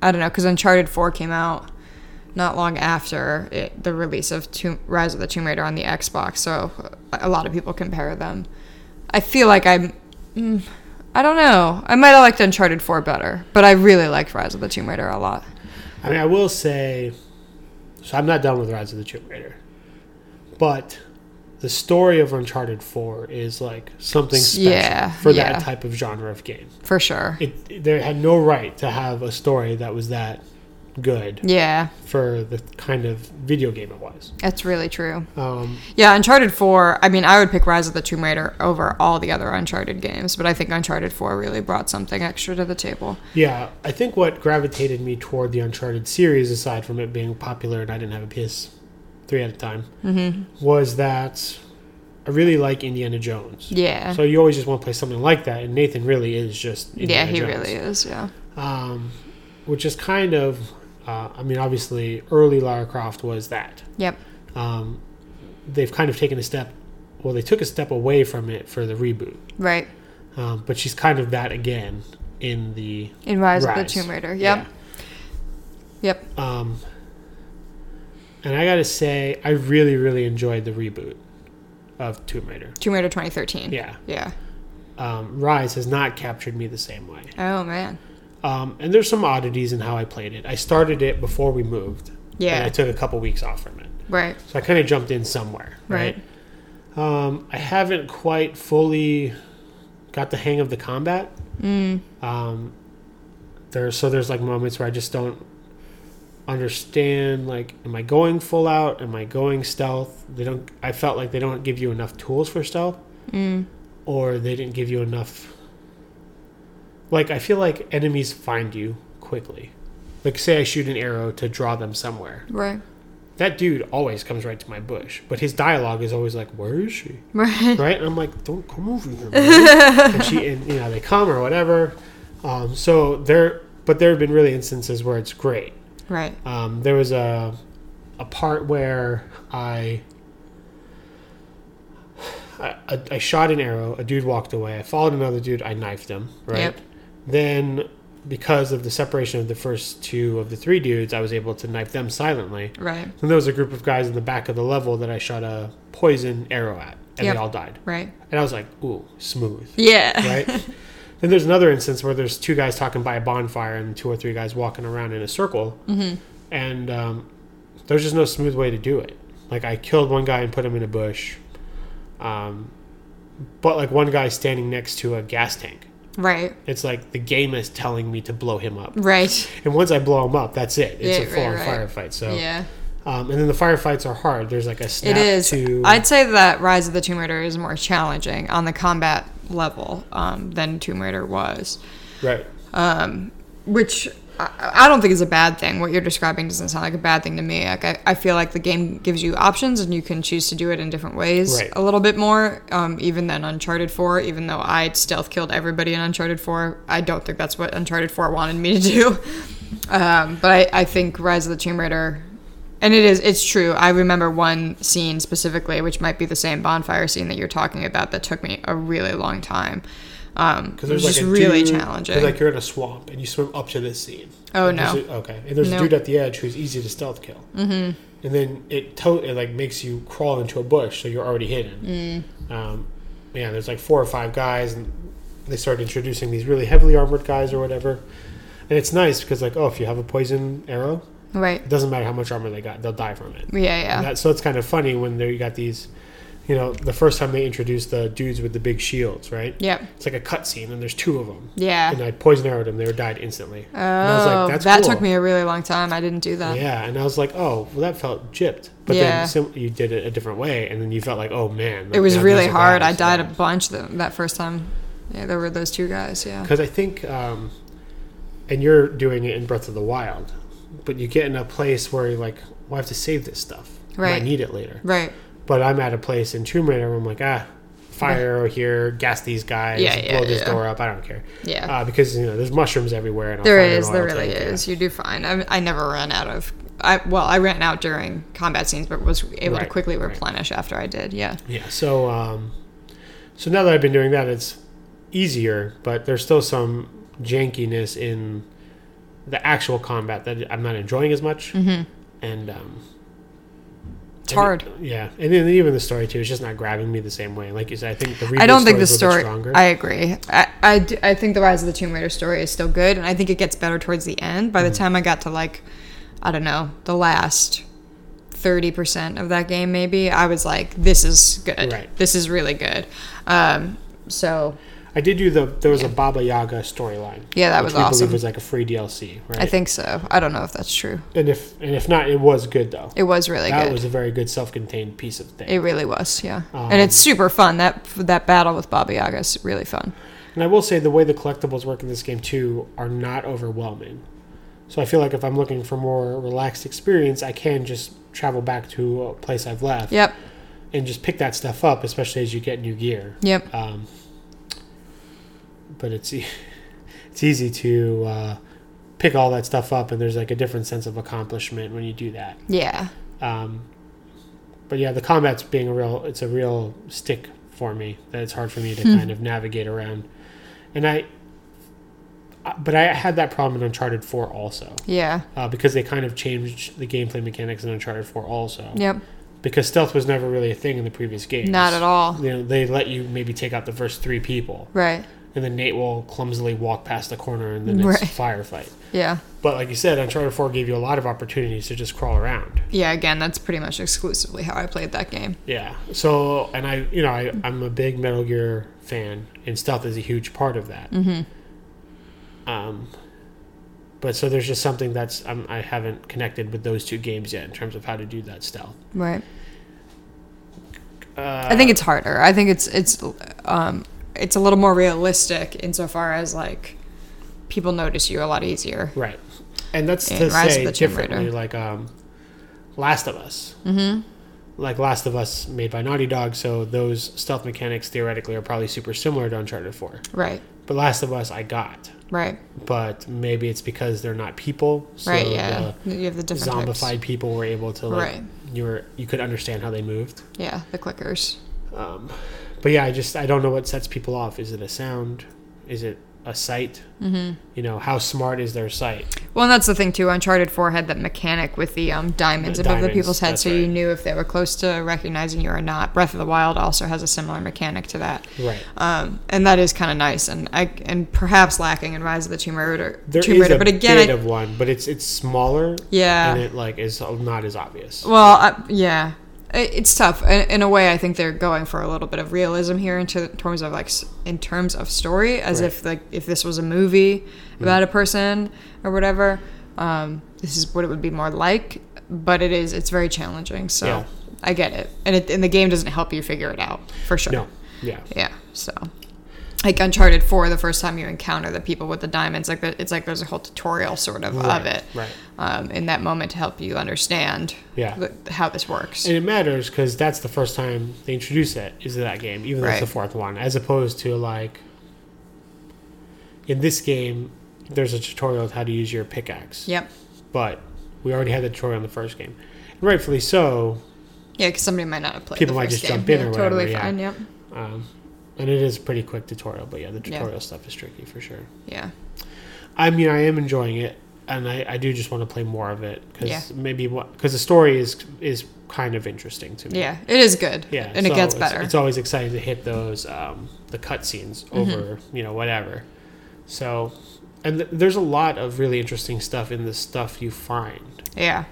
[SPEAKER 2] I don't know because Uncharted Four came out not long after it, the release of Tomb, Rise of the Tomb Raider on the Xbox, so a lot of people compare them. I feel like I'm. Mm, I don't know. I might have liked Uncharted 4 better, but I really liked Rise of the Tomb Raider a lot.
[SPEAKER 1] I mean, I will say, so I'm not done with Rise of the Tomb Raider, but the story of Uncharted Four is like something special
[SPEAKER 2] Yeah,
[SPEAKER 1] for
[SPEAKER 2] yeah.
[SPEAKER 1] that type of genre of game.
[SPEAKER 2] For sure.
[SPEAKER 1] It, it they had no right to have a story that was that good
[SPEAKER 2] Yeah,
[SPEAKER 1] for the kind of video game it was.
[SPEAKER 2] that's really true.
[SPEAKER 1] Um,
[SPEAKER 2] Yeah, Uncharted 4, I mean, I would pick Rise of the Tomb Raider over all the other Uncharted games, but I think Uncharted 4 really brought something extra to the table.
[SPEAKER 1] yeah, I think what gravitated me toward the Uncharted series, aside from it being popular and I didn't have a PS3 at the time,
[SPEAKER 2] Mm-hmm.
[SPEAKER 1] was that I really like Indiana Jones.
[SPEAKER 2] Yeah.
[SPEAKER 1] So you always just want to play something like that, and Nathan really is just
[SPEAKER 2] yeah,
[SPEAKER 1] Indiana
[SPEAKER 2] he
[SPEAKER 1] Jones.
[SPEAKER 2] really is. Yeah.
[SPEAKER 1] um, which is kind of, uh, I mean, obviously early Lara Croft was that.
[SPEAKER 2] Yep.
[SPEAKER 1] Um, they've kind of taken a step, well, they took a step away from it for the reboot,
[SPEAKER 2] Right.
[SPEAKER 1] um, but she's kind of that again in the
[SPEAKER 2] In Rise, of the
[SPEAKER 1] Rise.
[SPEAKER 2] Tomb Raider. Yep. Yep.
[SPEAKER 1] Yeah. Um, and I gotta say, I really, really enjoyed the reboot of Tomb Raider.
[SPEAKER 2] Tomb Raider 2013.
[SPEAKER 1] Yeah,
[SPEAKER 2] Yeah.
[SPEAKER 1] um, Rise has not captured me the same way.
[SPEAKER 2] Oh man.
[SPEAKER 1] Um, and there's some oddities in how I played it. I started it before we moved. And I
[SPEAKER 2] Yeah.
[SPEAKER 1] took a couple weeks off from it.
[SPEAKER 2] Right.
[SPEAKER 1] So I kind of jumped in somewhere. Right.
[SPEAKER 2] Right.
[SPEAKER 1] Um, I haven't quite fully got the hang of the combat. Um, there, so there's like moments where I just don't understand. Like, am I going full out? Am I going stealth? They don't. I felt like they don't give you enough tools for stealth, or they didn't give you enough. Like, I feel like enemies find you quickly. Like, say I shoot an arrow to draw them somewhere.
[SPEAKER 2] Right.
[SPEAKER 1] That dude always comes right to my bush, but his dialogue is always like, "Where is she?"
[SPEAKER 2] Right. [laughs]
[SPEAKER 1] right? And I'm like, don't come over here, man. and she, and you know, they come or whatever. Um, so there, but there have been really instances where it's great.
[SPEAKER 2] Right.
[SPEAKER 1] Um, there was a a part where I I, I, I shot an arrow. A dude walked away. I followed another dude. I knifed him. Right.
[SPEAKER 2] Yep.
[SPEAKER 1] Then, because of the separation of the first two of the three dudes, I was able to knife them silently.
[SPEAKER 2] Right.
[SPEAKER 1] And there was a group of guys in the back of the level that I shot a poison arrow at, and
[SPEAKER 2] Yep.
[SPEAKER 1] they all died.
[SPEAKER 2] Right.
[SPEAKER 1] And I was like, ooh, smooth.
[SPEAKER 2] Yeah. [laughs]
[SPEAKER 1] Right? then there's another instance where there's two guys talking by a bonfire and two or three guys walking around in a circle. Mm-hmm. And um, there's just no smooth way to do it. Like, I killed one guy and put him in a bush. Um, but, like, one guy standing next to a gas tank.
[SPEAKER 2] [laughs] Right.
[SPEAKER 1] It's like the game is telling me to blow him up.
[SPEAKER 2] Right.
[SPEAKER 1] And once I blow him up, that's it. It's
[SPEAKER 2] Yeah,
[SPEAKER 1] a full on
[SPEAKER 2] right, right.
[SPEAKER 1] firefight. So,
[SPEAKER 2] Yeah.
[SPEAKER 1] um, and then the firefights are hard. There's like a snap
[SPEAKER 2] It is.
[SPEAKER 1] to.
[SPEAKER 2] I'd say that Rise of the Tomb Raider is more challenging on the combat level um, than Tomb Raider was,
[SPEAKER 1] right.
[SPEAKER 2] which I, I don't think is a bad thing. What you're describing doesn't sound like a bad thing to me. Like I, I feel like the game gives you options and you can choose to do it in different ways
[SPEAKER 1] Right.
[SPEAKER 2] a little bit more, um, even than Uncharted 4. Even though I stealth killed everybody in Uncharted 4, I don't think that's what Uncharted 4 wanted me to do. [laughs] Um, but I, I think Rise of the Tomb Raider, and it is it's true. I remember one scene specifically, which might be the same bonfire scene that you're talking about, that took me a really long time. Um, it
[SPEAKER 1] Because
[SPEAKER 2] was
[SPEAKER 1] there's like
[SPEAKER 2] just
[SPEAKER 1] a
[SPEAKER 2] really
[SPEAKER 1] dude,
[SPEAKER 2] challenging.
[SPEAKER 1] there's, Like you're in a swamp and you swim up to this scene.
[SPEAKER 2] Oh,
[SPEAKER 1] And there's
[SPEAKER 2] no.
[SPEAKER 1] a- okay. And there's
[SPEAKER 2] No.
[SPEAKER 1] a dude at the edge who's easy to stealth kill. Mm-hmm. And then it to- it like makes you crawl into a bush, so you're already hidden.
[SPEAKER 2] Mm.
[SPEAKER 1] Um, yeah, there's like four or five guys, and they start introducing these really heavily armored guys or whatever. And it's nice because like oh, if you have a poison arrow,
[SPEAKER 2] right?
[SPEAKER 1] it doesn't matter how much armor they got, they'll die from it.
[SPEAKER 2] Yeah, yeah.
[SPEAKER 1] And that, so it's kind of funny when there you got these, you know, the first time they introduced the dudes with the big shields, right?
[SPEAKER 2] Yep.
[SPEAKER 1] It's like a cutscene, and there's two of them.
[SPEAKER 2] Yeah.
[SPEAKER 1] And I poison arrowed them; they were died instantly. Oh, and I was
[SPEAKER 2] Oh,
[SPEAKER 1] like, That's
[SPEAKER 2] that
[SPEAKER 1] cool.
[SPEAKER 2] took me a really long time. I didn't do that.
[SPEAKER 1] Yeah, and I was like, oh, well, that felt gypped. But
[SPEAKER 2] Yeah.
[SPEAKER 1] then sim- you did it a different way, and then you felt like, oh man,
[SPEAKER 2] It was really hard. I died a bunch th- that first time. Yeah, there were those two guys. Yeah.
[SPEAKER 1] because I think, um, and you're doing it in Breath of the Wild, but you get in a place where you're like, well, I have to save this stuff. and
[SPEAKER 2] Right.
[SPEAKER 1] I need it later.
[SPEAKER 2] Right.
[SPEAKER 1] But I'm at a place in Tomb Raider where I'm like, ah, fire arrow here, gas these guys,
[SPEAKER 2] Yeah, yeah,
[SPEAKER 1] blow this
[SPEAKER 2] yeah.
[SPEAKER 1] door up. I don't care.
[SPEAKER 2] Yeah.
[SPEAKER 1] Uh, because you know, there's mushrooms everywhere. And
[SPEAKER 2] There
[SPEAKER 1] I'll find an
[SPEAKER 2] is, there
[SPEAKER 1] oil
[SPEAKER 2] really
[SPEAKER 1] tank, yeah.
[SPEAKER 2] is. You do fine. I, I never ran out of. I well, I ran out during combat scenes, but was able to
[SPEAKER 1] Right,
[SPEAKER 2] quickly
[SPEAKER 1] right.
[SPEAKER 2] replenish after I did. Yeah.
[SPEAKER 1] Yeah. So, um, so now that I've been doing that, it's easier, but there's still some jankiness in the actual combat that I'm not enjoying as much. Mm-hmm. And um,
[SPEAKER 2] It's hard.
[SPEAKER 1] yeah, and then even the story too. It's just not grabbing me the same way. Like you said, I think the
[SPEAKER 2] I don't think the
[SPEAKER 1] reboot story's
[SPEAKER 2] story.
[SPEAKER 1] a little bit stronger.
[SPEAKER 2] I agree. I, I, do- I think the Rise of the Tomb Raider story is still good, and I think it gets better towards the end.
[SPEAKER 1] Mm-hmm.
[SPEAKER 2] By the time I got to like, I don't know, the last thirty percent of that game, maybe I was like, "This is good.
[SPEAKER 1] Right.
[SPEAKER 2] This is really good." Um, so
[SPEAKER 1] I did do the there was a Baba Yaga storyline.
[SPEAKER 2] Yeah, that
[SPEAKER 1] which
[SPEAKER 2] was awesome.
[SPEAKER 1] Believe was like a free DLC, right?
[SPEAKER 2] I think so. I don't know if that's true.
[SPEAKER 1] and if and if not, it was good though.
[SPEAKER 2] It was really
[SPEAKER 1] that
[SPEAKER 2] good.
[SPEAKER 1] was Oh. a very good self-contained piece of thing.
[SPEAKER 2] It really was, yeah. and it's super fun. That that battle with Baba Yaga is really fun.
[SPEAKER 1] And I will say the way the collectibles work in this game too are not overwhelming. So I feel like if I'm looking for more relaxed experience, I can just travel back to a place I've left
[SPEAKER 2] Yep,
[SPEAKER 1] and just pick that stuff up, especially as you get new gear.
[SPEAKER 2] yep.
[SPEAKER 1] Um, but it's e- [laughs] it's easy to uh, pick all that stuff up, and there's like a different sense of accomplishment when you do that.
[SPEAKER 2] Yeah,
[SPEAKER 1] Um, but yeah, the combat's being a real it's a real stick for me that it's hard for me to
[SPEAKER 2] Hmm.
[SPEAKER 1] kind of navigate around. And I I- but I had that problem in Uncharted 4 also.
[SPEAKER 2] yeah,
[SPEAKER 1] Uh, because they kind of changed the gameplay mechanics in Uncharted 4 also.
[SPEAKER 2] yep.
[SPEAKER 1] Because stealth was never really a thing in the previous games.
[SPEAKER 2] Not at all.
[SPEAKER 1] You know, they let you maybe take out the first three people,
[SPEAKER 2] Right.
[SPEAKER 1] and then Nate will clumsily walk past the corner, and then it's
[SPEAKER 2] Right.
[SPEAKER 1] a firefight.
[SPEAKER 2] Yeah.
[SPEAKER 1] But like you said, Uncharted 4 gave you a lot of opportunities to just crawl around.
[SPEAKER 2] Yeah, again, that's pretty much exclusively how I played that game.
[SPEAKER 1] Yeah. So, and I, you know, I, I'm a big Metal Gear fan, and stealth is a huge part of that.
[SPEAKER 2] Mm-hmm.
[SPEAKER 1] Um, but so there's just something that's um, I haven't connected with those two games yet in terms of how to do that stealth.
[SPEAKER 2] Right.
[SPEAKER 1] Uh,
[SPEAKER 2] I think it's harder. I think it's it's um it's a little more realistic insofar as like people notice you a lot easier.
[SPEAKER 1] Right. And that's
[SPEAKER 2] And
[SPEAKER 1] to
[SPEAKER 2] Rise of
[SPEAKER 1] say
[SPEAKER 2] the Tomb
[SPEAKER 1] differently,
[SPEAKER 2] Raider.
[SPEAKER 1] like um, Last of Us. Mm-hmm. Like Last of Us, made by Naughty Dog, so those stealth mechanics theoretically are probably super similar to Uncharted 4.
[SPEAKER 2] Right.
[SPEAKER 1] But Last of Us, I got.
[SPEAKER 2] Right.
[SPEAKER 1] But maybe it's because they're not people. So uh,
[SPEAKER 2] right.
[SPEAKER 1] the-
[SPEAKER 2] Yeah. you have the different types.
[SPEAKER 1] zombified people were able to like
[SPEAKER 2] Right.
[SPEAKER 1] you were you could understand how they moved.
[SPEAKER 2] Yeah, the clickers.
[SPEAKER 1] Um, But yeah, I just I don't know what sets people off. Is it a sound? Is it a sight? Mm-hmm. You know, how smart is their sight?
[SPEAKER 2] Well, and that's the thing too. Uncharted Four had that mechanic with the um, diamonds
[SPEAKER 1] The
[SPEAKER 2] above
[SPEAKER 1] diamonds,
[SPEAKER 2] the people's heads,
[SPEAKER 1] that's
[SPEAKER 2] so you
[SPEAKER 1] right.
[SPEAKER 2] knew if they were close to recognizing you or not. Breath of the Wild also has a similar mechanic to that,
[SPEAKER 1] Right.
[SPEAKER 2] um, and that is kind of nice. And I and perhaps lacking in Rise of the Tomb Raider,
[SPEAKER 1] There
[SPEAKER 2] Tomb
[SPEAKER 1] is
[SPEAKER 2] Raider.
[SPEAKER 1] a
[SPEAKER 2] But again,
[SPEAKER 1] bit
[SPEAKER 2] I,
[SPEAKER 1] of one, but it's it's smaller.
[SPEAKER 2] Yeah.
[SPEAKER 1] and it like is not as obvious.
[SPEAKER 2] well, I, yeah, I- it's tough. In, in a way, I think they're going for a little bit of realism here in ter- terms of like s- in terms of story, as
[SPEAKER 1] Right. Mm-hmm.
[SPEAKER 2] if like if this was a movie about a person or whatever. Um, this is what it would be more like, but it is it's very challenging. So
[SPEAKER 1] Yeah.
[SPEAKER 2] I get it, and it, and the game doesn't help you figure it out for sure.
[SPEAKER 1] No, yeah,
[SPEAKER 2] Yeah, so like Uncharted Four, the first time you encounter the people with the diamonds, like the, it's like there's a whole tutorial sort of
[SPEAKER 1] Right,
[SPEAKER 2] of it,
[SPEAKER 1] right.
[SPEAKER 2] Um, in that moment to help you understand,
[SPEAKER 1] Yeah.
[SPEAKER 2] the- how this works.
[SPEAKER 1] and it matters because that's the first time they introduce it is that game, even though it's the
[SPEAKER 2] Right.
[SPEAKER 1] fourth one, as opposed to like in this game, there's a tutorial of how to use your pickaxe.
[SPEAKER 2] yep.
[SPEAKER 1] but we already had the tutorial in the first game, and rightfully so.
[SPEAKER 2] Yeah, because somebody might not have played.
[SPEAKER 1] People
[SPEAKER 2] the
[SPEAKER 1] might
[SPEAKER 2] first
[SPEAKER 1] just
[SPEAKER 2] game.
[SPEAKER 1] jump in
[SPEAKER 2] Yeah,
[SPEAKER 1] or whatever,
[SPEAKER 2] Totally
[SPEAKER 1] yeah.
[SPEAKER 2] fine. Yep.
[SPEAKER 1] Um, and it is a pretty quick tutorial, but yeah, the
[SPEAKER 2] Yeah.
[SPEAKER 1] tutorial stuff is tricky for sure.
[SPEAKER 2] Yeah.
[SPEAKER 1] I mean, I am enjoying it, and I, I do just want to play more of it because
[SPEAKER 2] Yeah.
[SPEAKER 1] maybe because the story is is kind of interesting to me.
[SPEAKER 2] Yeah. It is good.
[SPEAKER 1] Yeah,
[SPEAKER 2] And it
[SPEAKER 1] so
[SPEAKER 2] gets
[SPEAKER 1] it's-
[SPEAKER 2] better. Mm-hmm.
[SPEAKER 1] It's, always exciting to hit those um, the cutscenes over you know whatever. So, and th- there's a lot of really interesting stuff in the stuff you find.
[SPEAKER 2] yeah.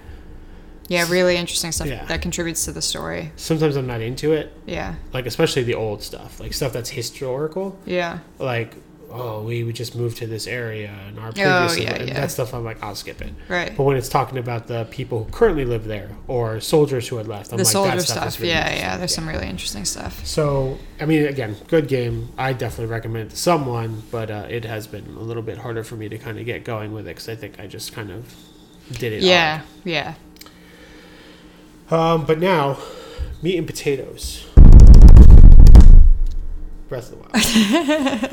[SPEAKER 2] Yeah. Really interesting stuff
[SPEAKER 1] Yeah.
[SPEAKER 2] that contributes to the story.
[SPEAKER 1] Sometimes I'm not into it,
[SPEAKER 2] Yeah.
[SPEAKER 1] like especially the old stuff, like stuff that's historical.
[SPEAKER 2] Yeah.
[SPEAKER 1] like oh we would just moved to this area and our
[SPEAKER 2] Oh, yeah,
[SPEAKER 1] previous and
[SPEAKER 2] yeah.
[SPEAKER 1] that stuff i'm like i'll skip it
[SPEAKER 2] Right.
[SPEAKER 1] but when it's talking about the people who currently live there or soldiers who had left i'm
[SPEAKER 2] the
[SPEAKER 1] like
[SPEAKER 2] soldier
[SPEAKER 1] that stuff,
[SPEAKER 2] stuff.
[SPEAKER 1] is really
[SPEAKER 2] yeah.
[SPEAKER 1] interesting.
[SPEAKER 2] Yeah. There's some really interesting stuff.
[SPEAKER 1] so i mean again good game i definitely recommend it to someone but uh, it has been a little bit harder for me to kind of get going with it because i think i just kind of did it
[SPEAKER 2] Yeah. Yeah.
[SPEAKER 1] odd. um but now meat and potatoes breath of the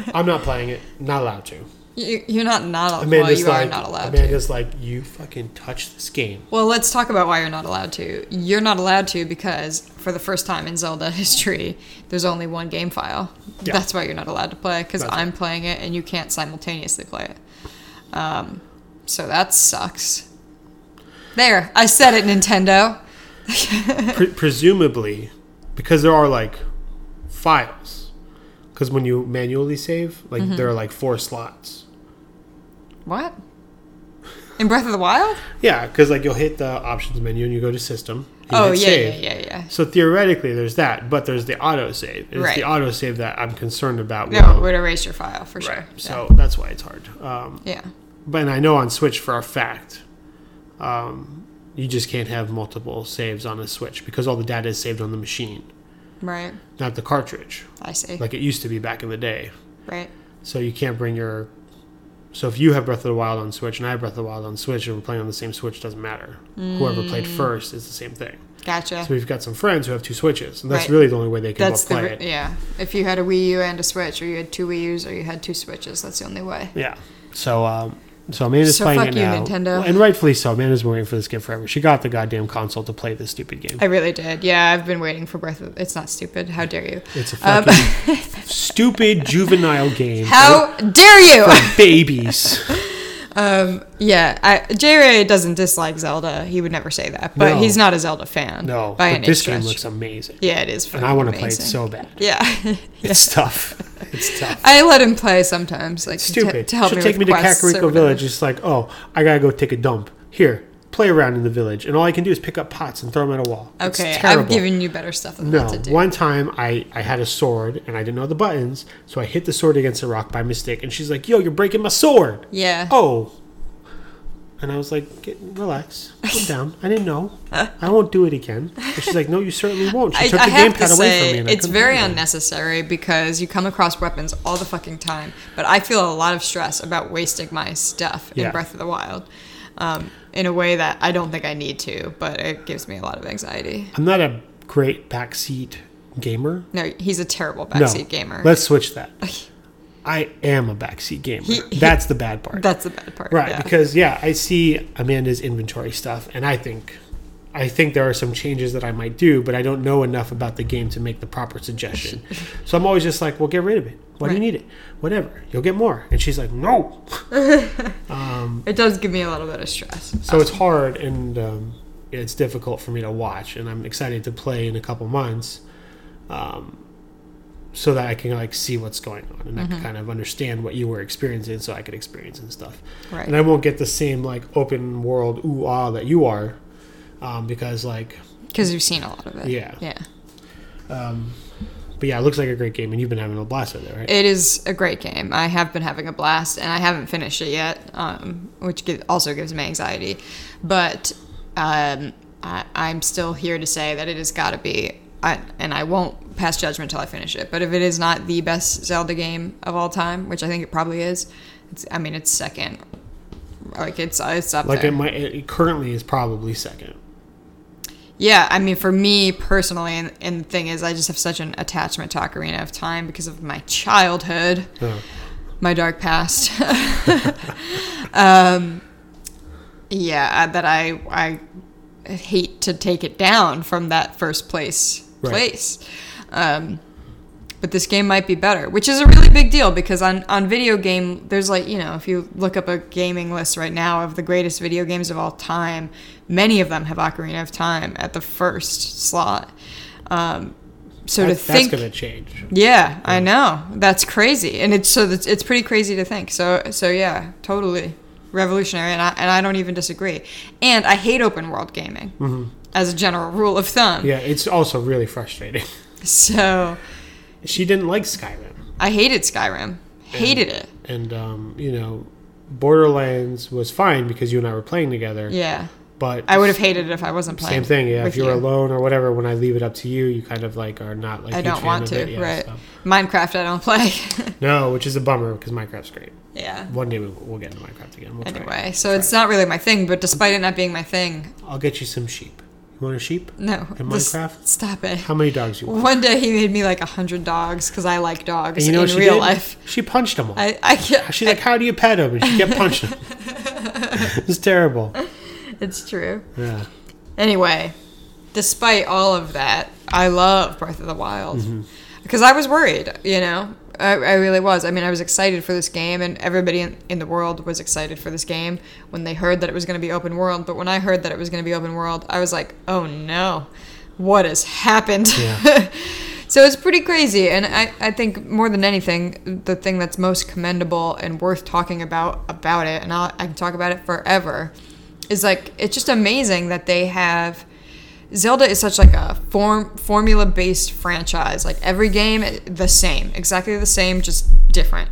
[SPEAKER 1] wild
[SPEAKER 2] [laughs]
[SPEAKER 1] i'm not playing it not allowed to
[SPEAKER 2] You, you're not not allowed. Well,
[SPEAKER 1] Amanda's
[SPEAKER 2] you
[SPEAKER 1] like,
[SPEAKER 2] are not allowed to.
[SPEAKER 1] Amanda's like, you fucking touch this game.
[SPEAKER 2] Well, let's talk about why you're not allowed to. You're not allowed to because for the first time in Zelda [laughs] history, there's only one game file.
[SPEAKER 1] Yeah.
[SPEAKER 2] That's why you're not allowed to play because
[SPEAKER 1] That's
[SPEAKER 2] I'm playing it and you can't simultaneously play it. Um, so that sucks. There, I said it, Nintendo.
[SPEAKER 1] Pre- presumably, because there are like files. Because when you manually save, like
[SPEAKER 2] Mm-hmm.
[SPEAKER 1] there are like four slots.
[SPEAKER 2] What? In Breath of the
[SPEAKER 1] [laughs]
[SPEAKER 2] Wild?
[SPEAKER 1] Yeah, because like you'll hit the options menu and you go to system. you
[SPEAKER 2] Oh
[SPEAKER 1] hit
[SPEAKER 2] yeah,
[SPEAKER 1] save.
[SPEAKER 2] yeah, yeah, yeah.
[SPEAKER 1] So theoretically, there's that, but there's the auto save. It's
[SPEAKER 2] Right.
[SPEAKER 1] the auto save that I'm concerned about.
[SPEAKER 2] No,
[SPEAKER 1] won't-
[SPEAKER 2] it would erase your file for
[SPEAKER 1] right.
[SPEAKER 2] sure.
[SPEAKER 1] So that's why it's hard. Um,
[SPEAKER 2] yeah. yeah.
[SPEAKER 1] but and I know on Switch for a fact, um, you just can't have multiple saves on a Switch because all the data is saved on the machine,
[SPEAKER 2] Right.
[SPEAKER 1] not the cartridge,
[SPEAKER 2] I see.
[SPEAKER 1] like it used to be back in the day.
[SPEAKER 2] right.
[SPEAKER 1] So you can't bring your. So if you have Breath of the Wild on Switch and I have Breath of the Wild on Switch and we're playing on the same Switch, doesn't matter. Whoever played
[SPEAKER 2] Mm.
[SPEAKER 1] first is the same thing.
[SPEAKER 2] Gotcha.
[SPEAKER 1] So we've got some friends who have two Switches, and that's
[SPEAKER 2] Right.
[SPEAKER 1] really the only way they can
[SPEAKER 2] That's
[SPEAKER 1] both
[SPEAKER 2] the
[SPEAKER 1] play
[SPEAKER 2] re-
[SPEAKER 1] it.
[SPEAKER 2] yeah. If you had a Wii U and a Switch, or you had two Wii U's, or you had two Switches, that's the only way.
[SPEAKER 1] Yeah. So um so Amanda's
[SPEAKER 2] So
[SPEAKER 1] playing
[SPEAKER 2] fuck
[SPEAKER 1] it
[SPEAKER 2] you,
[SPEAKER 1] now.
[SPEAKER 2] Nintendo.
[SPEAKER 1] And rightfully so. Amanda's been waiting for this game forever. She got the goddamn console to play this stupid game.
[SPEAKER 2] I really did. Yeah, I've been waiting for Breath of. It's not stupid. How dare you?
[SPEAKER 1] It's a
[SPEAKER 2] Um,
[SPEAKER 1] fucking
[SPEAKER 2] [laughs]
[SPEAKER 1] stupid juvenile game
[SPEAKER 2] How dare you?
[SPEAKER 1] for babies.
[SPEAKER 2] Um, [laughs] yeah, I, J. Ray doesn't dislike Zelda. He would never say that, but
[SPEAKER 1] No.
[SPEAKER 2] he's not a Zelda fan.
[SPEAKER 1] No,
[SPEAKER 2] by
[SPEAKER 1] but
[SPEAKER 2] any
[SPEAKER 1] this
[SPEAKER 2] stretch.
[SPEAKER 1] game looks amazing,
[SPEAKER 2] Yeah, it is.
[SPEAKER 1] and I want to
[SPEAKER 2] fucking
[SPEAKER 1] play it
[SPEAKER 2] amazing.
[SPEAKER 1] so bad.
[SPEAKER 2] Yeah, [laughs]
[SPEAKER 1] It's tough. It's tough.
[SPEAKER 2] I let him play sometimes, like [laughs] to-
[SPEAKER 1] Stupid.
[SPEAKER 2] to help
[SPEAKER 1] She'll
[SPEAKER 2] me
[SPEAKER 1] take
[SPEAKER 2] with
[SPEAKER 1] me to
[SPEAKER 2] quests or
[SPEAKER 1] Kakariko
[SPEAKER 2] whatever.
[SPEAKER 1] Village. It's like, oh, I gotta go take a dump. Here, play around in the village, and all I can do is pick up pots and throw them at a wall. It's
[SPEAKER 2] Okay,
[SPEAKER 1] terrible.
[SPEAKER 2] I've given you better stuff than
[SPEAKER 1] No,
[SPEAKER 2] that to do.
[SPEAKER 1] one time I, I had a sword and I didn't know the buttons, so I hit the sword against a rock by mistake, and she's like, "Yo, you're breaking my sword!"
[SPEAKER 2] Yeah.
[SPEAKER 1] Oh, and I was like, Get, "Relax,
[SPEAKER 2] [laughs]
[SPEAKER 1] calm down. I didn't know. I won't do it again." And she's like, "No, you
[SPEAKER 2] [laughs]
[SPEAKER 1] certainly won't." She
[SPEAKER 2] I,
[SPEAKER 1] took
[SPEAKER 2] I
[SPEAKER 1] the
[SPEAKER 2] have to
[SPEAKER 1] gamepad away
[SPEAKER 2] say,
[SPEAKER 1] from me. And I
[SPEAKER 2] it's
[SPEAKER 1] couldn't
[SPEAKER 2] very
[SPEAKER 1] play it.
[SPEAKER 2] unnecessary because you come across weapons all the fucking time. But I feel a lot of stress about wasting my stuff in
[SPEAKER 1] Yeah.
[SPEAKER 2] Breath of the Wild um, in a way that I don't think I need to, but it gives me a lot of anxiety.
[SPEAKER 1] I'm not a great backseat gamer.
[SPEAKER 2] No, he's a terrible backseat gamer.
[SPEAKER 1] Let's switch
[SPEAKER 2] [laughs]
[SPEAKER 1] that. I am a backseat gamer. That's the bad part.
[SPEAKER 2] That's the bad part.
[SPEAKER 1] right,
[SPEAKER 2] yeah.
[SPEAKER 1] because yeah, I see Amanda's inventory stuff and I think I think there are some changes that I might do, but I don't know enough about the game to make the proper
[SPEAKER 2] [laughs]
[SPEAKER 1] suggestion. so I'm always just like, well, get rid of it. Why do you
[SPEAKER 2] Right.
[SPEAKER 1] need it? Whatever. You'll get more. And she's like, no.
[SPEAKER 2] It does give me a little bit of stress.
[SPEAKER 1] So it's hard and um, it's difficult for me to watch, and I'm excited to play in a couple months, um, so that I can like see what's going on and I
[SPEAKER 2] Mm-hmm.
[SPEAKER 1] can kind of understand what you were experiencing, so I could experience and stuff.
[SPEAKER 2] Right.
[SPEAKER 1] And I won't get the same like open world ooh ah that you are, um, because like,
[SPEAKER 2] Because you've seen a lot of it.
[SPEAKER 1] Yeah.
[SPEAKER 2] Yeah.
[SPEAKER 1] um, but yeah, it looks like a great game, and you've been having a blast with it, right?
[SPEAKER 2] It is a great game. I have been having a blast, and I haven't finished it yet, um, which gi- also gives me anxiety. But um, I, I'm still here to say that it has got to be, I, and I won't pass judgment till I finish it. But if it is not the best Zelda game of all time, which I think it probably is, it's, I mean, it's second. Like it's it's up
[SPEAKER 1] like
[SPEAKER 2] there.
[SPEAKER 1] it might it currently is probably second.
[SPEAKER 2] Yeah, I mean, for me personally, and, and the thing is, I just have such an attachment to Ocarina of Time because of my childhood,
[SPEAKER 1] Oh.
[SPEAKER 2] my dark past. [laughs] um, yeah, I- that I I hate to take it down from that first place
[SPEAKER 1] Right.
[SPEAKER 2] place. Um, but this game might be better, which is a really big deal because on, on video game, there's like, you know, if you look up a gaming list right now of the greatest video games of all time, many of them have Ocarina of Time at the first slot. Um, so
[SPEAKER 1] That,
[SPEAKER 2] to
[SPEAKER 1] that's
[SPEAKER 2] think,
[SPEAKER 1] gonna change.
[SPEAKER 2] yeah, I know that's crazy, and it's so that's, it's pretty crazy to think. So so yeah, totally revolutionary, and I and I don't even disagree. And I hate open world gaming as a general rule of thumb.
[SPEAKER 1] Mm-hmm. Yeah, it's also really frustrating. [laughs]
[SPEAKER 2] So
[SPEAKER 1] she didn't like Skyrim.
[SPEAKER 2] I hated Skyrim, hated it.
[SPEAKER 1] and um, you know, Borderlands was fine because you and I were playing together.
[SPEAKER 2] Yeah.
[SPEAKER 1] But
[SPEAKER 2] I would have hated it if I wasn't playing.
[SPEAKER 1] same thing. Yeah,
[SPEAKER 2] with
[SPEAKER 1] if you're
[SPEAKER 2] you.
[SPEAKER 1] alone or whatever, when I leave it up to you, you kind of like are not like
[SPEAKER 2] I
[SPEAKER 1] huge
[SPEAKER 2] don't
[SPEAKER 1] fan
[SPEAKER 2] want
[SPEAKER 1] of
[SPEAKER 2] to.
[SPEAKER 1] it. Yeah,
[SPEAKER 2] right.
[SPEAKER 1] so-
[SPEAKER 2] Minecraft, I don't [laughs] play.
[SPEAKER 1] No, which is a bummer because Minecraft's great.
[SPEAKER 2] yeah.
[SPEAKER 1] One day we'll, we'll get into Minecraft again. We'll try it.
[SPEAKER 2] Anyway, so it's not really my thing, but despite it not being my thing,
[SPEAKER 1] I'll get you some sheep. You want a sheep?
[SPEAKER 2] no.
[SPEAKER 1] In
[SPEAKER 2] this-
[SPEAKER 1] Minecraft?
[SPEAKER 2] Stop it.
[SPEAKER 1] How many dogs you want?
[SPEAKER 2] One day he made me like a hundred dogs because I like dogs
[SPEAKER 1] And you know what
[SPEAKER 2] in
[SPEAKER 1] she
[SPEAKER 2] real
[SPEAKER 1] did?
[SPEAKER 2] life.
[SPEAKER 1] She punched them all.
[SPEAKER 2] I, I can't.
[SPEAKER 1] She's like, "How do you pet them?" And she kept punching [laughs] them. it's terrible.
[SPEAKER 2] [laughs] It's true.
[SPEAKER 1] Yeah.
[SPEAKER 2] Anyway, despite all of that, I love Breath of the Wild because I was worried. You know, I, I really was. I mean, I was excited for this game, and everybody in, in the world was excited for this game when they heard that it was going to be open world. But when I heard that it was going to be open world, I was like, oh no, what has happened?
[SPEAKER 1] Yeah.
[SPEAKER 2] [laughs] So it's pretty crazy, and I, I think more than anything, the thing that's most commendable and worth talking about about it, and I'll, I can talk about it forever, is like it's just amazing that they have Zelda is such like a form formula based franchise. Like every game, eh, the same, exactly the same, just different.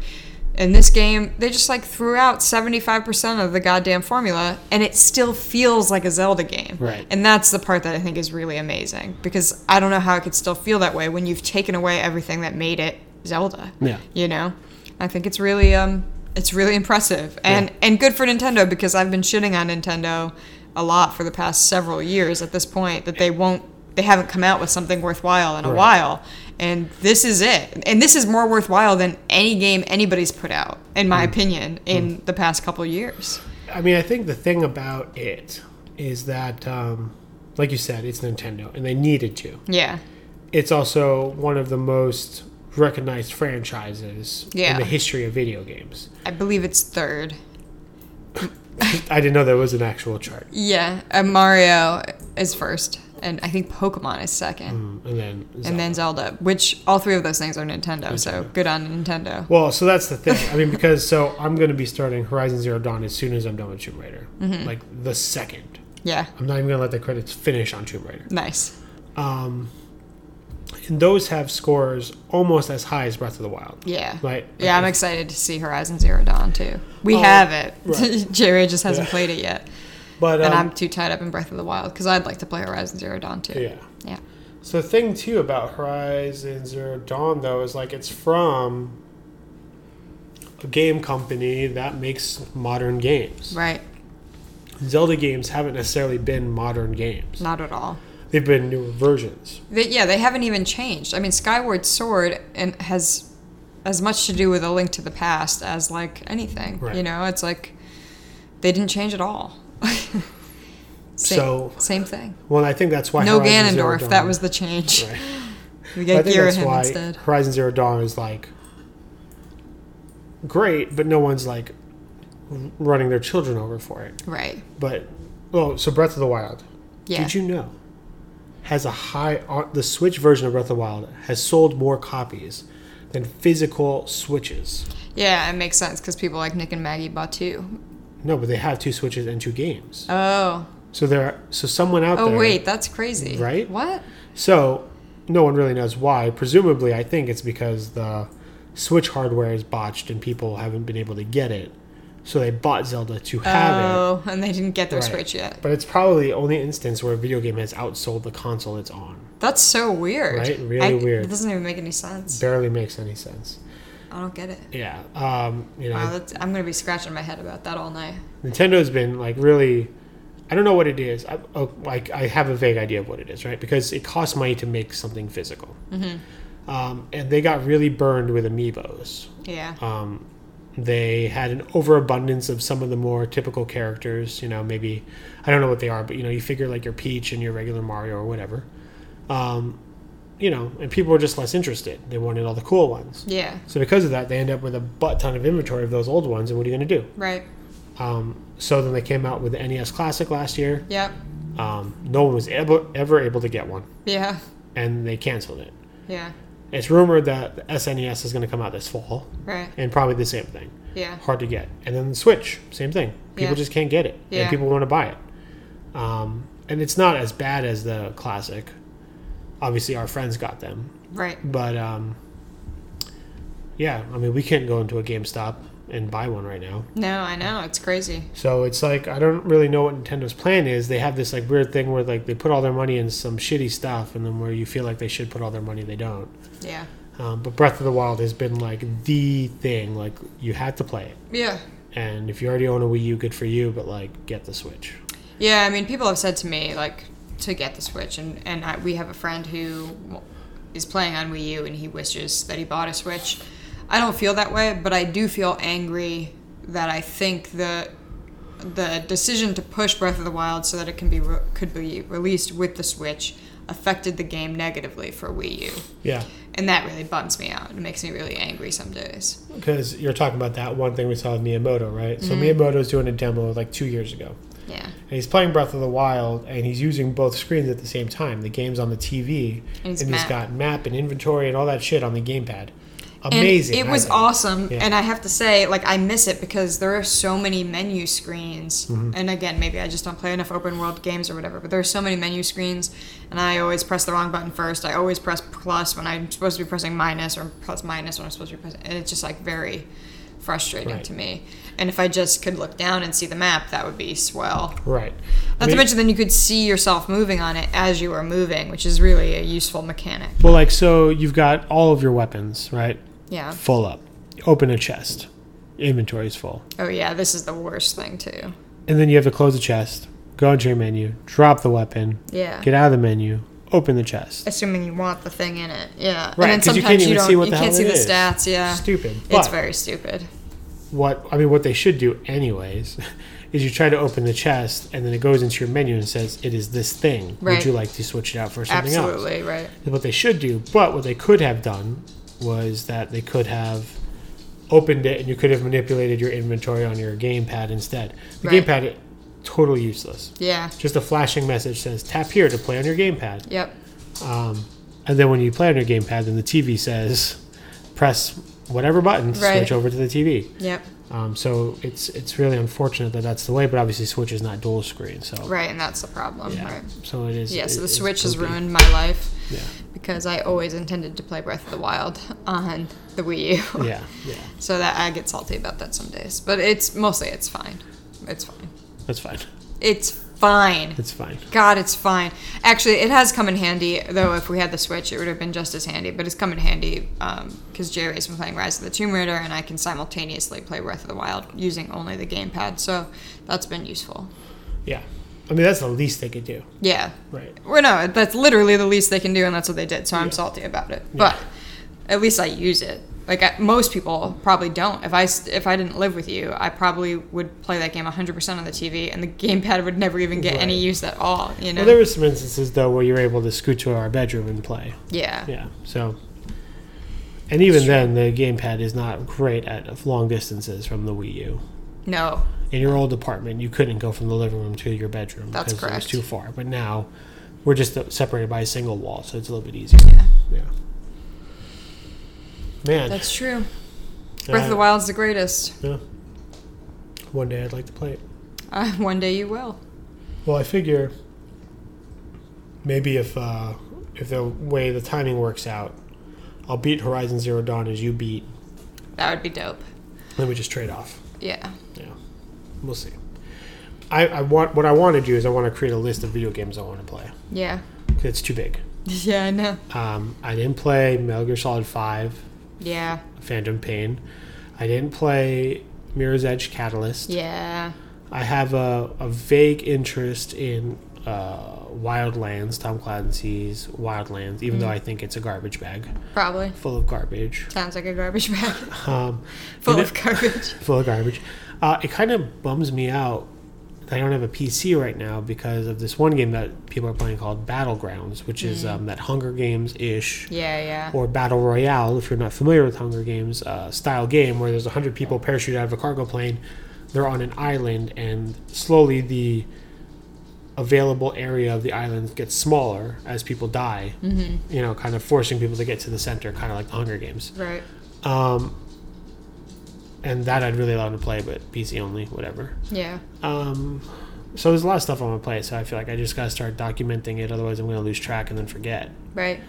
[SPEAKER 2] In this game, they just like threw out seventy five percent of the goddamn formula, and it still feels like a Zelda game.
[SPEAKER 1] Right.
[SPEAKER 2] And that's the part that I think is really amazing because I don't know how it could still feel that way when you've taken away everything that made it Zelda.
[SPEAKER 1] Yeah.
[SPEAKER 2] You know, I think it's really um it's really impressive and and good for Nintendo because I've been shitting on Nintendo a lot for the past several years at this point that they won't they haven't come out with something worthwhile in a
[SPEAKER 1] Right.
[SPEAKER 2] while and this is it and this is more worthwhile than any game anybody's put out in
[SPEAKER 1] Mm.
[SPEAKER 2] my opinion in the past couple years.
[SPEAKER 1] I mean, I think the thing about it is that, um, like you said, it's Nintendo, and they needed to.
[SPEAKER 2] Yeah.
[SPEAKER 1] It's also one of the most recognized franchises in
[SPEAKER 2] Yeah.
[SPEAKER 1] the history of video games.
[SPEAKER 2] I believe it's third.
[SPEAKER 1] I didn't know there was an actual chart.
[SPEAKER 2] Yeah, uh, Mario is first, and I think Pokemon is second,
[SPEAKER 1] Mm, And then,
[SPEAKER 2] and then Zelda, which all three of those things are Nintendo. So good on Nintendo.
[SPEAKER 1] well, so that's the thing. I mean, because so I'm going to be starting Horizon Zero Dawn as soon as I'm done with Tomb Raider,
[SPEAKER 2] Mm-hmm.
[SPEAKER 1] like the second.
[SPEAKER 2] Yeah,
[SPEAKER 1] I'm not even going to let the credits finish on Tomb Raider.
[SPEAKER 2] nice.
[SPEAKER 1] Um, and those have scores almost as high as Breath of the Wild.
[SPEAKER 2] Yeah,
[SPEAKER 1] Right.
[SPEAKER 2] yeah. I'm excited to see Horizon Zero Dawn too. We
[SPEAKER 1] Oh,
[SPEAKER 2] have it.
[SPEAKER 1] right.
[SPEAKER 2] [laughs] Jerry just hasn't
[SPEAKER 1] Yeah.
[SPEAKER 2] played it yet,
[SPEAKER 1] But um,
[SPEAKER 2] and I'm too tied up in Breath of the Wild because I'd like to play Horizon Zero Dawn too.
[SPEAKER 1] yeah.
[SPEAKER 2] Yeah.
[SPEAKER 1] So the thing too about Horizon Zero Dawn though is like it's from a game company that makes modern games.
[SPEAKER 2] Right.
[SPEAKER 1] Zelda games haven't necessarily been modern games.
[SPEAKER 2] Not at all.
[SPEAKER 1] They've been newer versions.
[SPEAKER 2] They, yeah, they haven't even changed. I mean, Skyward Sword and has as much to do with a link to the past as like anything.
[SPEAKER 1] Right.
[SPEAKER 2] You know, it's like they didn't change at all. [laughs] Same,
[SPEAKER 1] So,
[SPEAKER 2] same thing.
[SPEAKER 1] well, I think that's why
[SPEAKER 2] No
[SPEAKER 1] Horizon Zero
[SPEAKER 2] Ganondorf.
[SPEAKER 1] Dawn-
[SPEAKER 2] That was the change.
[SPEAKER 1] Right.
[SPEAKER 2] [laughs] We
[SPEAKER 1] But I
[SPEAKER 2] got
[SPEAKER 1] think that's
[SPEAKER 2] Girahim
[SPEAKER 1] why
[SPEAKER 2] instead.
[SPEAKER 1] Horizon Zero Dawn is like great, but no one's like r- running their children over for it.
[SPEAKER 2] Right.
[SPEAKER 1] But well, so Breath of the Wild.
[SPEAKER 2] Yeah.
[SPEAKER 1] Did you know? Has a high on the Switch version of Breath of the Wild has sold more copies than physical Switches.
[SPEAKER 2] Yeah, it makes sense because people like Nick and Maggie bought two.
[SPEAKER 1] No, but they have two Switches and two games.
[SPEAKER 2] Oh.
[SPEAKER 1] So there, so someone out
[SPEAKER 2] Oh
[SPEAKER 1] there.
[SPEAKER 2] wait, that's crazy.
[SPEAKER 1] Right?
[SPEAKER 2] What?
[SPEAKER 1] So no one really knows why. Presumably, I think it's because the Switch hardware is botched and people haven't been able to get it. So they bought Zelda to have it.
[SPEAKER 2] Oh, and they didn't get their
[SPEAKER 1] Right.
[SPEAKER 2] Switch yet.
[SPEAKER 1] But it's probably the only instance where a video game has outsold the console it's on.
[SPEAKER 2] That's so weird.
[SPEAKER 1] Right? Really
[SPEAKER 2] I-
[SPEAKER 1] weird.
[SPEAKER 2] It doesn't even make any sense.
[SPEAKER 1] Barely makes any sense.
[SPEAKER 2] I don't get it.
[SPEAKER 1] Yeah. Um, you know,
[SPEAKER 2] Wow, that's, I'm gonna be scratching my head about that all night.
[SPEAKER 1] Nintendo's been like really. I don't know what it is. I, oh, like I have a vague idea of what it is, right? Because it costs money to make something physical, um, and they got really burned with amiibos.
[SPEAKER 2] Yeah.
[SPEAKER 1] Um, they had an overabundance of some of the more typical characters. You know, maybe I don't know what they are, but you know, you figure like your Peach and your regular Mario or whatever. Um, you know, and people were just less interested. They wanted all the cool ones.
[SPEAKER 2] yeah.
[SPEAKER 1] So because of that, they end up with a butt ton of inventory of those old ones. And what are you going to do?
[SPEAKER 2] Right.
[SPEAKER 1] Um, so then they came out with the NES Classic last year.
[SPEAKER 2] Yep.
[SPEAKER 1] Um, no one was ever, ever able to get one,
[SPEAKER 2] Yeah.
[SPEAKER 1] and they canceled it.
[SPEAKER 2] Yeah.
[SPEAKER 1] It's rumored that the SNES is going to come out this fall,
[SPEAKER 2] Right.
[SPEAKER 1] and probably the same thing.
[SPEAKER 2] Yeah.
[SPEAKER 1] Hard to get. And then the Switch, same thing. People
[SPEAKER 2] Yeah.
[SPEAKER 1] just can't get it,
[SPEAKER 2] Yeah.
[SPEAKER 1] and people want to buy it. Um, and it's not as bad as the Classic. Obviously, our friends got them,
[SPEAKER 2] Right.
[SPEAKER 1] but um, yeah, I mean, we can't go into a GameStop and buy one right now.
[SPEAKER 2] No, I know it's crazy.
[SPEAKER 1] So it's like I don't really know what Nintendo's plan is. They have this like weird thing where like they put all their money in some shitty stuff, and then where you feel like they should put all their money, they don't.
[SPEAKER 2] Yeah.
[SPEAKER 1] Um, but Breath of the Wild has been like the thing. Like you had to play it,
[SPEAKER 2] Yeah.
[SPEAKER 1] and if you already own a Wii U, good for you. But like get the Switch.
[SPEAKER 2] Yeah, I mean, people have said to me like to get the Switch, and and I, we have a friend who is playing on Wii U, and he wishes that he bought a Switch. I don't feel that way, but I do feel angry that I think the the decision to push Breath of the Wild so that it can be re- could be released with the Switch affected the game negatively for Wii U,
[SPEAKER 1] Yeah,
[SPEAKER 2] and that really bums me out. It makes me really angry some days.
[SPEAKER 1] because you're talking about that one thing we saw with Miyamoto, right? So Miyamoto's doing a demo like two years ago.
[SPEAKER 2] Yeah,
[SPEAKER 1] and he's playing Breath of the Wild, and he's using both screens at the same time. The game's on the TV,
[SPEAKER 2] And
[SPEAKER 1] and,
[SPEAKER 2] it's
[SPEAKER 1] he's
[SPEAKER 2] map.
[SPEAKER 1] got map and inventory and all that shit on the gamepad.
[SPEAKER 2] And
[SPEAKER 1] Amazing!
[SPEAKER 2] it
[SPEAKER 1] I
[SPEAKER 2] was
[SPEAKER 1] think.
[SPEAKER 2] awesome,
[SPEAKER 1] Yeah.
[SPEAKER 2] and I have to say, like, I miss it because there are so many menu screens.
[SPEAKER 1] Mm-hmm.
[SPEAKER 2] And again, maybe I just don't play enough open world games or whatever. But there are so many menu screens, and I always press the wrong button first. I always press plus when I'm supposed to be pressing minus, or press minus when I'm supposed to be pressing. And it's just like very frustrating
[SPEAKER 1] Right.
[SPEAKER 2] to me. And if I just could look down and see the map, that would be swell.
[SPEAKER 1] Right.
[SPEAKER 2] Not to mention, then you could see yourself moving on it as you are moving, which is really a useful mechanic.
[SPEAKER 1] well, like so, you've got all of your weapons right
[SPEAKER 2] Yeah.
[SPEAKER 1] full up. Open a chest, inventory is full,
[SPEAKER 2] Oh yeah, this is the worst thing too.
[SPEAKER 1] and then you have to close the chest, go into your menu, drop the weapon,
[SPEAKER 2] Yeah.
[SPEAKER 1] get out of the menu, open the chest.
[SPEAKER 2] assuming you want the thing in it. Yeah.
[SPEAKER 1] Right,
[SPEAKER 2] and then
[SPEAKER 1] 'cause you
[SPEAKER 2] sometimes
[SPEAKER 1] can't
[SPEAKER 2] you,
[SPEAKER 1] even
[SPEAKER 2] don't
[SPEAKER 1] see what
[SPEAKER 2] you
[SPEAKER 1] the
[SPEAKER 2] can't
[SPEAKER 1] hell
[SPEAKER 2] see
[SPEAKER 1] it
[SPEAKER 2] the
[SPEAKER 1] is.
[SPEAKER 2] stats, yeah.
[SPEAKER 1] Stupid.
[SPEAKER 2] It's
[SPEAKER 1] But-
[SPEAKER 2] very stupid.
[SPEAKER 1] what I mean, what they should do anyways [laughs] is you try to open the chest, and then it goes into your menu and says, "It is this thing. Would
[SPEAKER 2] Right.
[SPEAKER 1] you like to switch it out for something else?"
[SPEAKER 2] Absolutely, right.
[SPEAKER 1] is what they should do. But what they could have done was that they could have opened it and you could have manipulated your inventory on your gamepad instead. The
[SPEAKER 2] Right.
[SPEAKER 1] gamepad it, totally useless.
[SPEAKER 2] Yeah.
[SPEAKER 1] Just a flashing message says tap here to play on your gamepad.
[SPEAKER 2] Yep.
[SPEAKER 1] Um, and then when you play on your gamepad, then the TV says press whatever button to
[SPEAKER 2] Right.
[SPEAKER 1] switch over to the TV.
[SPEAKER 2] Yep.
[SPEAKER 1] Um, so it's it's really unfortunate that that's the way. But obviously, Switch is not dual screen, so
[SPEAKER 2] Right, and that's the problem.
[SPEAKER 1] yeah.
[SPEAKER 2] Right.
[SPEAKER 1] So it is.
[SPEAKER 2] Yeah, so
[SPEAKER 1] it
[SPEAKER 2] the
[SPEAKER 1] is
[SPEAKER 2] Switch has
[SPEAKER 1] poopy.
[SPEAKER 2] ruined my life
[SPEAKER 1] Yeah,
[SPEAKER 2] because I always intended to play Breath of the Wild on the Wii U.
[SPEAKER 1] yeah, yeah.
[SPEAKER 2] [laughs] So that I get salty about that some days. But it's mostly it's fine. It's fine.
[SPEAKER 1] That's fine.
[SPEAKER 2] It's fine.
[SPEAKER 1] It's fine.
[SPEAKER 2] God, it's fine. Actually, it has come in handy, though. If we had the Switch, it would have been just as handy. But it's come in handy because Jerry's been playing Rise of the Tomb Raider, and I can simultaneously play Breath of the Wild using only the gamepad. So that's been useful.
[SPEAKER 1] Yeah. I mean, that's the least they could do.
[SPEAKER 2] Yeah.
[SPEAKER 1] Right.
[SPEAKER 2] Well, no, that's literally the least they can do, and that's what they did. So I'm
[SPEAKER 1] Yeah.
[SPEAKER 2] salty about it. But at least I use it. Like I, most people probably don't. If I s- if I didn't live with you, I probably would play that game 100% on the TV, and the gamepad would never even get any
[SPEAKER 1] Right.
[SPEAKER 2] use at all. You know?
[SPEAKER 1] Well, there were some instances though where you were able to scoot to our bedroom and play.
[SPEAKER 2] yeah.
[SPEAKER 1] Yeah. So, and even then, the gamepad is not great at long distances from the Wii U.
[SPEAKER 2] No.
[SPEAKER 1] In your old apartment, you couldn't go from the living room to your bedroom
[SPEAKER 2] That's
[SPEAKER 1] because it was
[SPEAKER 2] correct.
[SPEAKER 1] too far. But now, we're just separated by a single wall, so it's a little bit easier.
[SPEAKER 2] Yeah.
[SPEAKER 1] Yeah. Man,
[SPEAKER 2] That's
[SPEAKER 1] uh,
[SPEAKER 2] true. Breath of the Wild's the greatest.
[SPEAKER 1] yeah. One day I'd like to play it.
[SPEAKER 2] Uh, one day you will.
[SPEAKER 1] Well, I figure maybe if uh, if the way the timing works out, I'll beat Horizon Zero Dawn as you beat.
[SPEAKER 2] That would be dope.
[SPEAKER 1] Then we just trade off.
[SPEAKER 2] Yeah.
[SPEAKER 1] Yeah, we'll see. I, I want what I want to do is I want to create a list of video games I want to play.
[SPEAKER 2] Yeah. [laughs]
[SPEAKER 1] 'Cause It's too big.
[SPEAKER 2] Yeah, I know.
[SPEAKER 1] Um, I didn't play Metal Gear Solid Five,
[SPEAKER 2] Yeah.
[SPEAKER 1] Phantom Pain. I didn't play Mirror's Edge Catalyst.
[SPEAKER 2] Yeah.
[SPEAKER 1] I have a, a vague interest in uh, Wildlands, Tom Clancy's Wildlands, even though I think it's a garbage bag
[SPEAKER 2] Probably.
[SPEAKER 1] full of garbage.
[SPEAKER 2] Sounds like a garbage [laughs] bag
[SPEAKER 1] Um,
[SPEAKER 2] full
[SPEAKER 1] know- [laughs]
[SPEAKER 2] of garbage.
[SPEAKER 1] full of garbage. Uh, it kind of bums me out that I don't have a PC right now because of this one game that people are playing called Battlegrounds, which is um, that Hunger Games ish
[SPEAKER 2] Yeah, yeah.
[SPEAKER 1] or Battle Royale, if you're not familiar with Hunger Games uh, style game, where there's 100 people parachute out of a cargo plane. They're on an island, and slowly the available area of the island gets smaller as people die, mm-hmm. you know, kind of forcing people to get to the center, kind of like the Hunger Games.
[SPEAKER 2] Right.
[SPEAKER 1] Um, and that I'd really love to play, but PC only, whatever.
[SPEAKER 2] Yeah.
[SPEAKER 1] Um, so there's a lot of stuff I want to play, so I feel like I just got to start documenting it, otherwise, I'm going to lose track and then forget.
[SPEAKER 2] Right.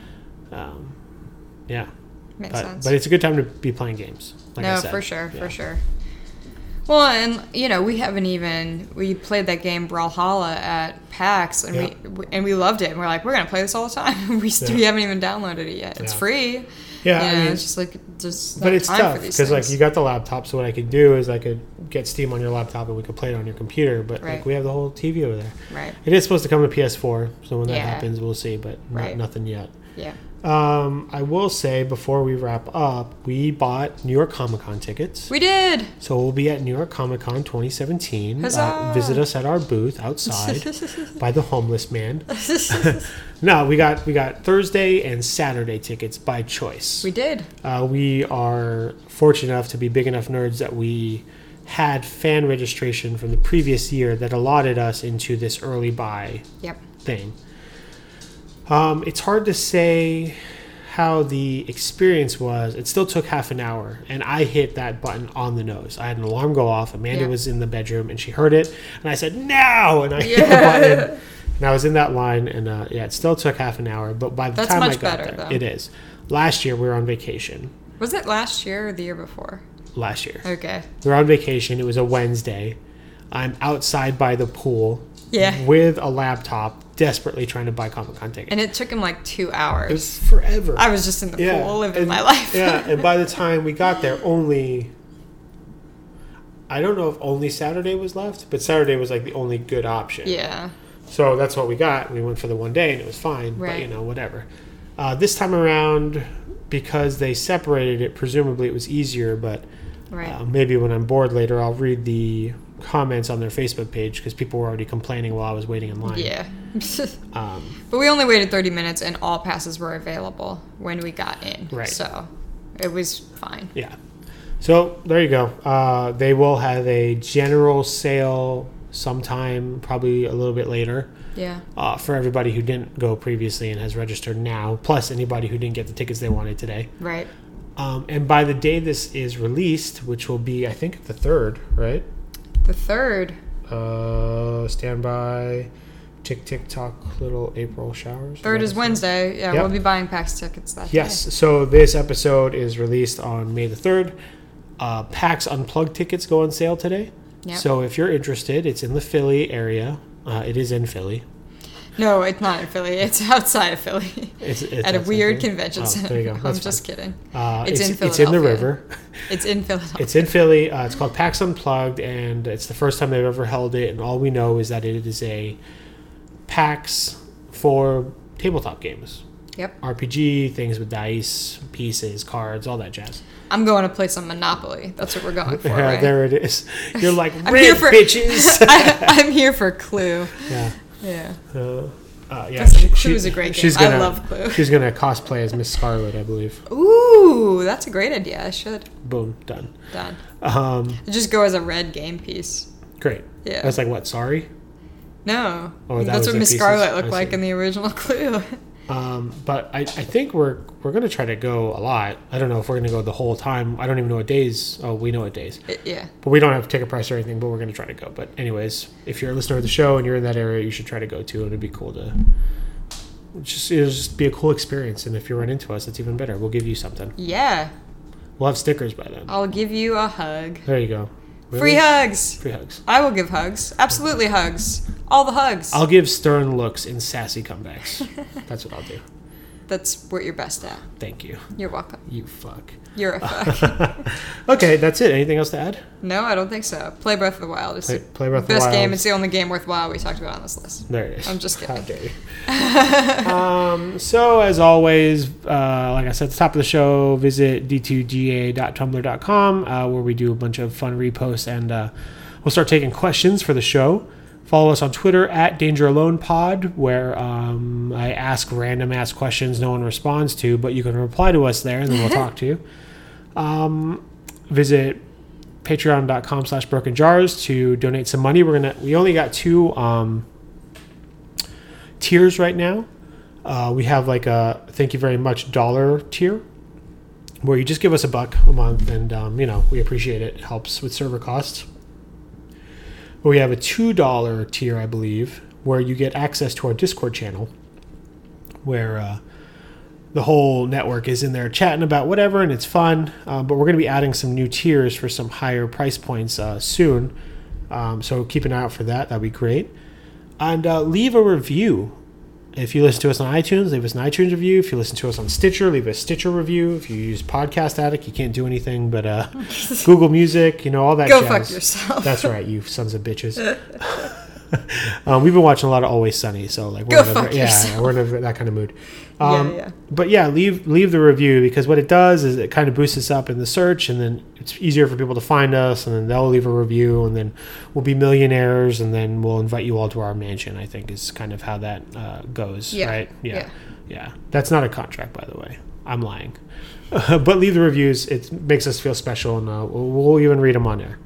[SPEAKER 1] Um, yeah.
[SPEAKER 2] Makes
[SPEAKER 1] But,
[SPEAKER 2] sense.
[SPEAKER 1] but it's a good time to be playing games. Like I
[SPEAKER 2] no,
[SPEAKER 1] said.
[SPEAKER 2] for sure,
[SPEAKER 1] Yeah.
[SPEAKER 2] for sure. Well, and you know, we haven't even we played that game Brawlhalla at PAX, and
[SPEAKER 1] Yeah.
[SPEAKER 2] we and we loved it. And we're like, we're gonna play this all the time. [laughs] we st- we
[SPEAKER 1] Yeah.
[SPEAKER 2] haven't even downloaded it yet. It's
[SPEAKER 1] Yeah.
[SPEAKER 2] free.
[SPEAKER 1] Yeah,
[SPEAKER 2] you
[SPEAKER 1] I
[SPEAKER 2] know,
[SPEAKER 1] mean,
[SPEAKER 2] it's just like just
[SPEAKER 1] but
[SPEAKER 2] not
[SPEAKER 1] it's
[SPEAKER 2] time
[SPEAKER 1] tough
[SPEAKER 2] for these
[SPEAKER 1] because like
[SPEAKER 2] things.
[SPEAKER 1] you got the laptop, so what I could do is I could get Steam on your laptop and we could play it on your computer. But like
[SPEAKER 2] Right.
[SPEAKER 1] we have the whole TV over there.
[SPEAKER 2] right,
[SPEAKER 1] It is supposed to come to PS4, so when that
[SPEAKER 2] Yeah.
[SPEAKER 1] happens, we'll see. But not,
[SPEAKER 2] Right.
[SPEAKER 1] nothing yet.
[SPEAKER 2] yeah,
[SPEAKER 1] Um, I will say before we wrap up, we bought New York Comic Con tickets.
[SPEAKER 2] we did.
[SPEAKER 1] So we'll be at New York Comic Con 2017.
[SPEAKER 2] Huzzah!
[SPEAKER 1] Uh, visit us at our booth
[SPEAKER 2] [laughs]
[SPEAKER 1] outside by the homeless man. No, we got we got Thursday and Saturday tickets by choice.
[SPEAKER 2] we did.
[SPEAKER 1] Uh, we are fortunate enough to be big enough nerds that we had fan registration from the previous year that allotted us into this early buy
[SPEAKER 2] Yep.
[SPEAKER 1] thing. Um, it's hard to say how the experience was. It still took half an hour, and I hit that button on the nose. I had an alarm go off. Amanda
[SPEAKER 2] Yeah.
[SPEAKER 1] was in the bedroom, and she heard it, and I said no, and I hit the
[SPEAKER 2] [laughs]
[SPEAKER 1] button, and I was in that line, and uh, yeah, it still took half an hour. But by the
[SPEAKER 2] That's
[SPEAKER 1] time I
[SPEAKER 2] much
[SPEAKER 1] got
[SPEAKER 2] better,
[SPEAKER 1] there,
[SPEAKER 2] though.
[SPEAKER 1] it is. Last year we were on vacation.
[SPEAKER 2] Was it last year or the year before?
[SPEAKER 1] Last year
[SPEAKER 2] Okay.
[SPEAKER 1] we were on vacation. It was a Wednesday. I'm outside by the pool.
[SPEAKER 2] Yeah.
[SPEAKER 1] With a laptop, desperately trying to buy Comic Con tickets.
[SPEAKER 2] And it took him like two
[SPEAKER 1] It
[SPEAKER 2] hours.
[SPEAKER 1] was forever.
[SPEAKER 2] I was just in the pool living
[SPEAKER 1] and-
[SPEAKER 2] my life.
[SPEAKER 1] yeah, and by the time we got there, only I don't know if only Saturday was left, but Saturday was like the only good option.
[SPEAKER 2] [laughs] yeah.
[SPEAKER 1] So that's what we got. We went for the one day, and it was fine. But you
[SPEAKER 2] Right.
[SPEAKER 1] know, whatever. Uh, this time around, because they separated it, presumably it was easier. But
[SPEAKER 2] Right.
[SPEAKER 1] uh, maybe when I'm bored later, I'll read the comments on their Facebook page because people were already complaining while I was waiting in line.
[SPEAKER 2] yeah. [laughs]
[SPEAKER 1] Um,
[SPEAKER 2] But we only waited 30 minutes and all passes were available when we got in.
[SPEAKER 1] Right.
[SPEAKER 2] So it was fine.
[SPEAKER 1] Yeah. So there you go. Uh, they will have a general sale sometime, probably a little bit later,
[SPEAKER 2] Yeah.
[SPEAKER 1] uh, for everybody who didn't go previously and has registered now, plus anybody who didn't get the tickets they wanted today.
[SPEAKER 2] Right.
[SPEAKER 1] Um, and by the day this is released, which will be, I think, the third, right?
[SPEAKER 2] The third.
[SPEAKER 1] Uh, stand by. Tick, tick, tock, little April showers.
[SPEAKER 2] Third is
[SPEAKER 1] that-
[SPEAKER 2] Wednesday. Yeah,
[SPEAKER 1] Yep.
[SPEAKER 2] we'll be buying PAX tickets that day.
[SPEAKER 1] Yes. So this episode is released on May the 3rd. Uh, PAX Unplugged tickets go on sale today.
[SPEAKER 2] Yep.
[SPEAKER 1] So if you're interested, it's in the Philly area. Uh, it is in Philly.
[SPEAKER 2] No, it's not in Philly. It's [laughs] outside of Philly.
[SPEAKER 1] It's, it's
[SPEAKER 2] At a
[SPEAKER 1] that's in
[SPEAKER 2] weird
[SPEAKER 1] Philly.
[SPEAKER 2] convention
[SPEAKER 1] Oh,
[SPEAKER 2] center.
[SPEAKER 1] there you go.
[SPEAKER 2] [laughs] I'm
[SPEAKER 1] That's
[SPEAKER 2] just kidding.
[SPEAKER 1] fine. Uh,
[SPEAKER 2] it's in
[SPEAKER 1] It's in the
[SPEAKER 2] Philadelphia.
[SPEAKER 1] river.
[SPEAKER 2] It's in Philadelphia.
[SPEAKER 1] It's in Philly. Uh, it's called PAX Unplugged, and it's the first time they've ever held it. And all we know is that it is a PAX for tabletop games.
[SPEAKER 2] Yep.
[SPEAKER 1] RPG, things with dice, pieces, cards, all that jazz.
[SPEAKER 2] I'm going to play some Monopoly. That's what we're going for.
[SPEAKER 1] Yeah,
[SPEAKER 2] right?
[SPEAKER 1] there it is. You're like,
[SPEAKER 2] I'm
[SPEAKER 1] red
[SPEAKER 2] here for- [laughs]
[SPEAKER 1] bitches!
[SPEAKER 2] I, [laughs] I'm here for Clue.
[SPEAKER 1] yeah.
[SPEAKER 2] Yeah.
[SPEAKER 1] Uh, uh, yeah.
[SPEAKER 2] Listen, Clue's a great game.
[SPEAKER 1] she's
[SPEAKER 2] I
[SPEAKER 1] Gonna,
[SPEAKER 2] love Clue.
[SPEAKER 1] She's going to cosplay as Miss Scarlet, I believe.
[SPEAKER 2] Ooh, that's a great idea. I should.
[SPEAKER 1] Boom, done.
[SPEAKER 2] Done.
[SPEAKER 1] Um,
[SPEAKER 2] Just go as a red game piece.
[SPEAKER 1] great.
[SPEAKER 2] Yeah.
[SPEAKER 1] That's like, what, sorry?
[SPEAKER 2] No.
[SPEAKER 1] Oh, that was
[SPEAKER 2] that's what
[SPEAKER 1] the
[SPEAKER 2] Miss
[SPEAKER 1] pieces?
[SPEAKER 2] Scarlet
[SPEAKER 1] I
[SPEAKER 2] looked like
[SPEAKER 1] see.
[SPEAKER 2] in the original [laughs] Clue.
[SPEAKER 1] Um, but I, I think we're we're gonna try to go a lot. I don't know if we're gonna go the whole time. I don't even know what days. Oh, we know what days,
[SPEAKER 2] It- yeah.
[SPEAKER 1] but we don't have ticket price or anything. But we're gonna try to go. But anyways, if you're a listener of the show and you're in that area, you should try to go too. And it'd be cool to just it'll just be a cool experience. And if you run into us, it's even better. We'll give you something.
[SPEAKER 2] Yeah.
[SPEAKER 1] We'll have stickers by then.
[SPEAKER 2] I'll give you a hug.
[SPEAKER 1] There you go.
[SPEAKER 2] Free hugs.
[SPEAKER 1] Free hugs.
[SPEAKER 2] I will give hugs. Absolutely hugs. All the hugs.
[SPEAKER 1] I'll give stern looks and sassy
[SPEAKER 2] [laughs]
[SPEAKER 1] comebacks. That's what I'll do.
[SPEAKER 2] That's what you're best at.
[SPEAKER 1] Thank you.
[SPEAKER 2] You're welcome.
[SPEAKER 1] You fuck.
[SPEAKER 2] You're
[SPEAKER 1] [laughs]
[SPEAKER 2] a fuck.
[SPEAKER 1] okay, that's it. Anything else to add?
[SPEAKER 2] no, I don't think so. Play Breath of the Wild. It's
[SPEAKER 1] Play,
[SPEAKER 2] the
[SPEAKER 1] play Breath of the
[SPEAKER 2] best game.
[SPEAKER 1] Wild.
[SPEAKER 2] It's the only game worthwhile we talked about on this list.
[SPEAKER 1] There it is.
[SPEAKER 2] I'm just
[SPEAKER 1] How
[SPEAKER 2] kidding.
[SPEAKER 1] dare you. [laughs] um, so, as always, uh, like I said at the top of the show, visit d2ga.tumblr.com uh, where we do a bunch of fun reposts and uh, we'll start taking questions for the show. Follow us on Twitter at Danger Alone Pod, where um, I ask random ass questions no one responds to, but you can reply to us there and then we'll
[SPEAKER 2] Mm-hmm.
[SPEAKER 1] talk to you. Um, visit patreon.com slash broken jars to donate some money. We're going to, we only got two. Um, tiers right now. Uh, we have like a thank you very much dollar tier where you just give us a buck a month and um, you know we appreciate it. it helps with server costs but we have a two dollar tier i believe where you get access to our discord channel where uh, the whole network is in there chatting about whatever and it's fun um, but we're going to be adding some new tiers for some higher price points uh, soon um, so keep an eye out for that that'd be great and uh, leave a review. If you listen to us on iTunes, leave us an iTunes review. If you listen to us on Stitcher, leave a Stitcher review. If you use Podcast Addict, you can't do anything but
[SPEAKER 2] [laughs]
[SPEAKER 1] uh, Google Music, you know, all that
[SPEAKER 2] Go
[SPEAKER 1] jazz.
[SPEAKER 2] fuck yourself.
[SPEAKER 1] That's right, you sons of
[SPEAKER 2] [laughs]
[SPEAKER 1] bitches. um, we've been watching a lot of Always Sunny, so like we're
[SPEAKER 2] Go
[SPEAKER 1] in a-
[SPEAKER 2] fuck
[SPEAKER 1] yeah,
[SPEAKER 2] yourself.
[SPEAKER 1] we're in a- that kind of mood.
[SPEAKER 2] Yeah,
[SPEAKER 1] Um,
[SPEAKER 2] yeah.
[SPEAKER 1] But yeah, leave leave the review because what it does is it kind of boosts us up in the search, and then it's easier for people to find us, and then they'll leave a review, and then we'll be millionaires, and then we'll invite you all to our mansion. I think is kind of how that uh, goes,
[SPEAKER 2] Yeah,
[SPEAKER 1] right?
[SPEAKER 2] yeah.
[SPEAKER 1] yeah. That's not a contract, by the way. I'm lying. [laughs] but leave the reviews; it makes us feel special, and uh, we'll, we'll even read them on air.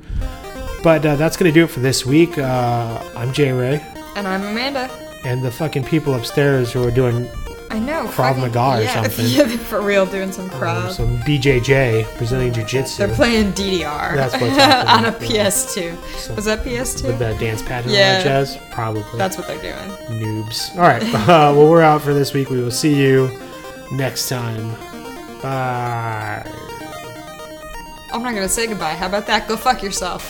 [SPEAKER 1] But uh, that's going to do it for this week. Uh, I'm Jay Ray,
[SPEAKER 2] And I'm Amanda.
[SPEAKER 1] and the fucking people upstairs who are doing
[SPEAKER 2] I know.
[SPEAKER 1] Krav
[SPEAKER 2] fucking-
[SPEAKER 1] Maga or
[SPEAKER 2] yeah, [laughs]
[SPEAKER 1] something.
[SPEAKER 2] Yeah, they're for real doing some
[SPEAKER 1] um,
[SPEAKER 2] Krav.
[SPEAKER 1] some BJJ, Brazilian Jiu Jitsu,
[SPEAKER 2] They're playing DDR
[SPEAKER 1] That's what's happening,
[SPEAKER 2] [laughs] on a
[SPEAKER 1] yeah.
[SPEAKER 2] PS2. Was that PS2?
[SPEAKER 1] with that dance pad and all
[SPEAKER 2] Yeah.
[SPEAKER 1] that jazz. Probably.
[SPEAKER 2] That's what they're doing.
[SPEAKER 1] noobs. All
[SPEAKER 2] [laughs]
[SPEAKER 1] right. Uh, well, we're out for this week. We will see you next time. Bye.
[SPEAKER 2] I'm not gonna say goodbye. How about that? Go fuck yourself.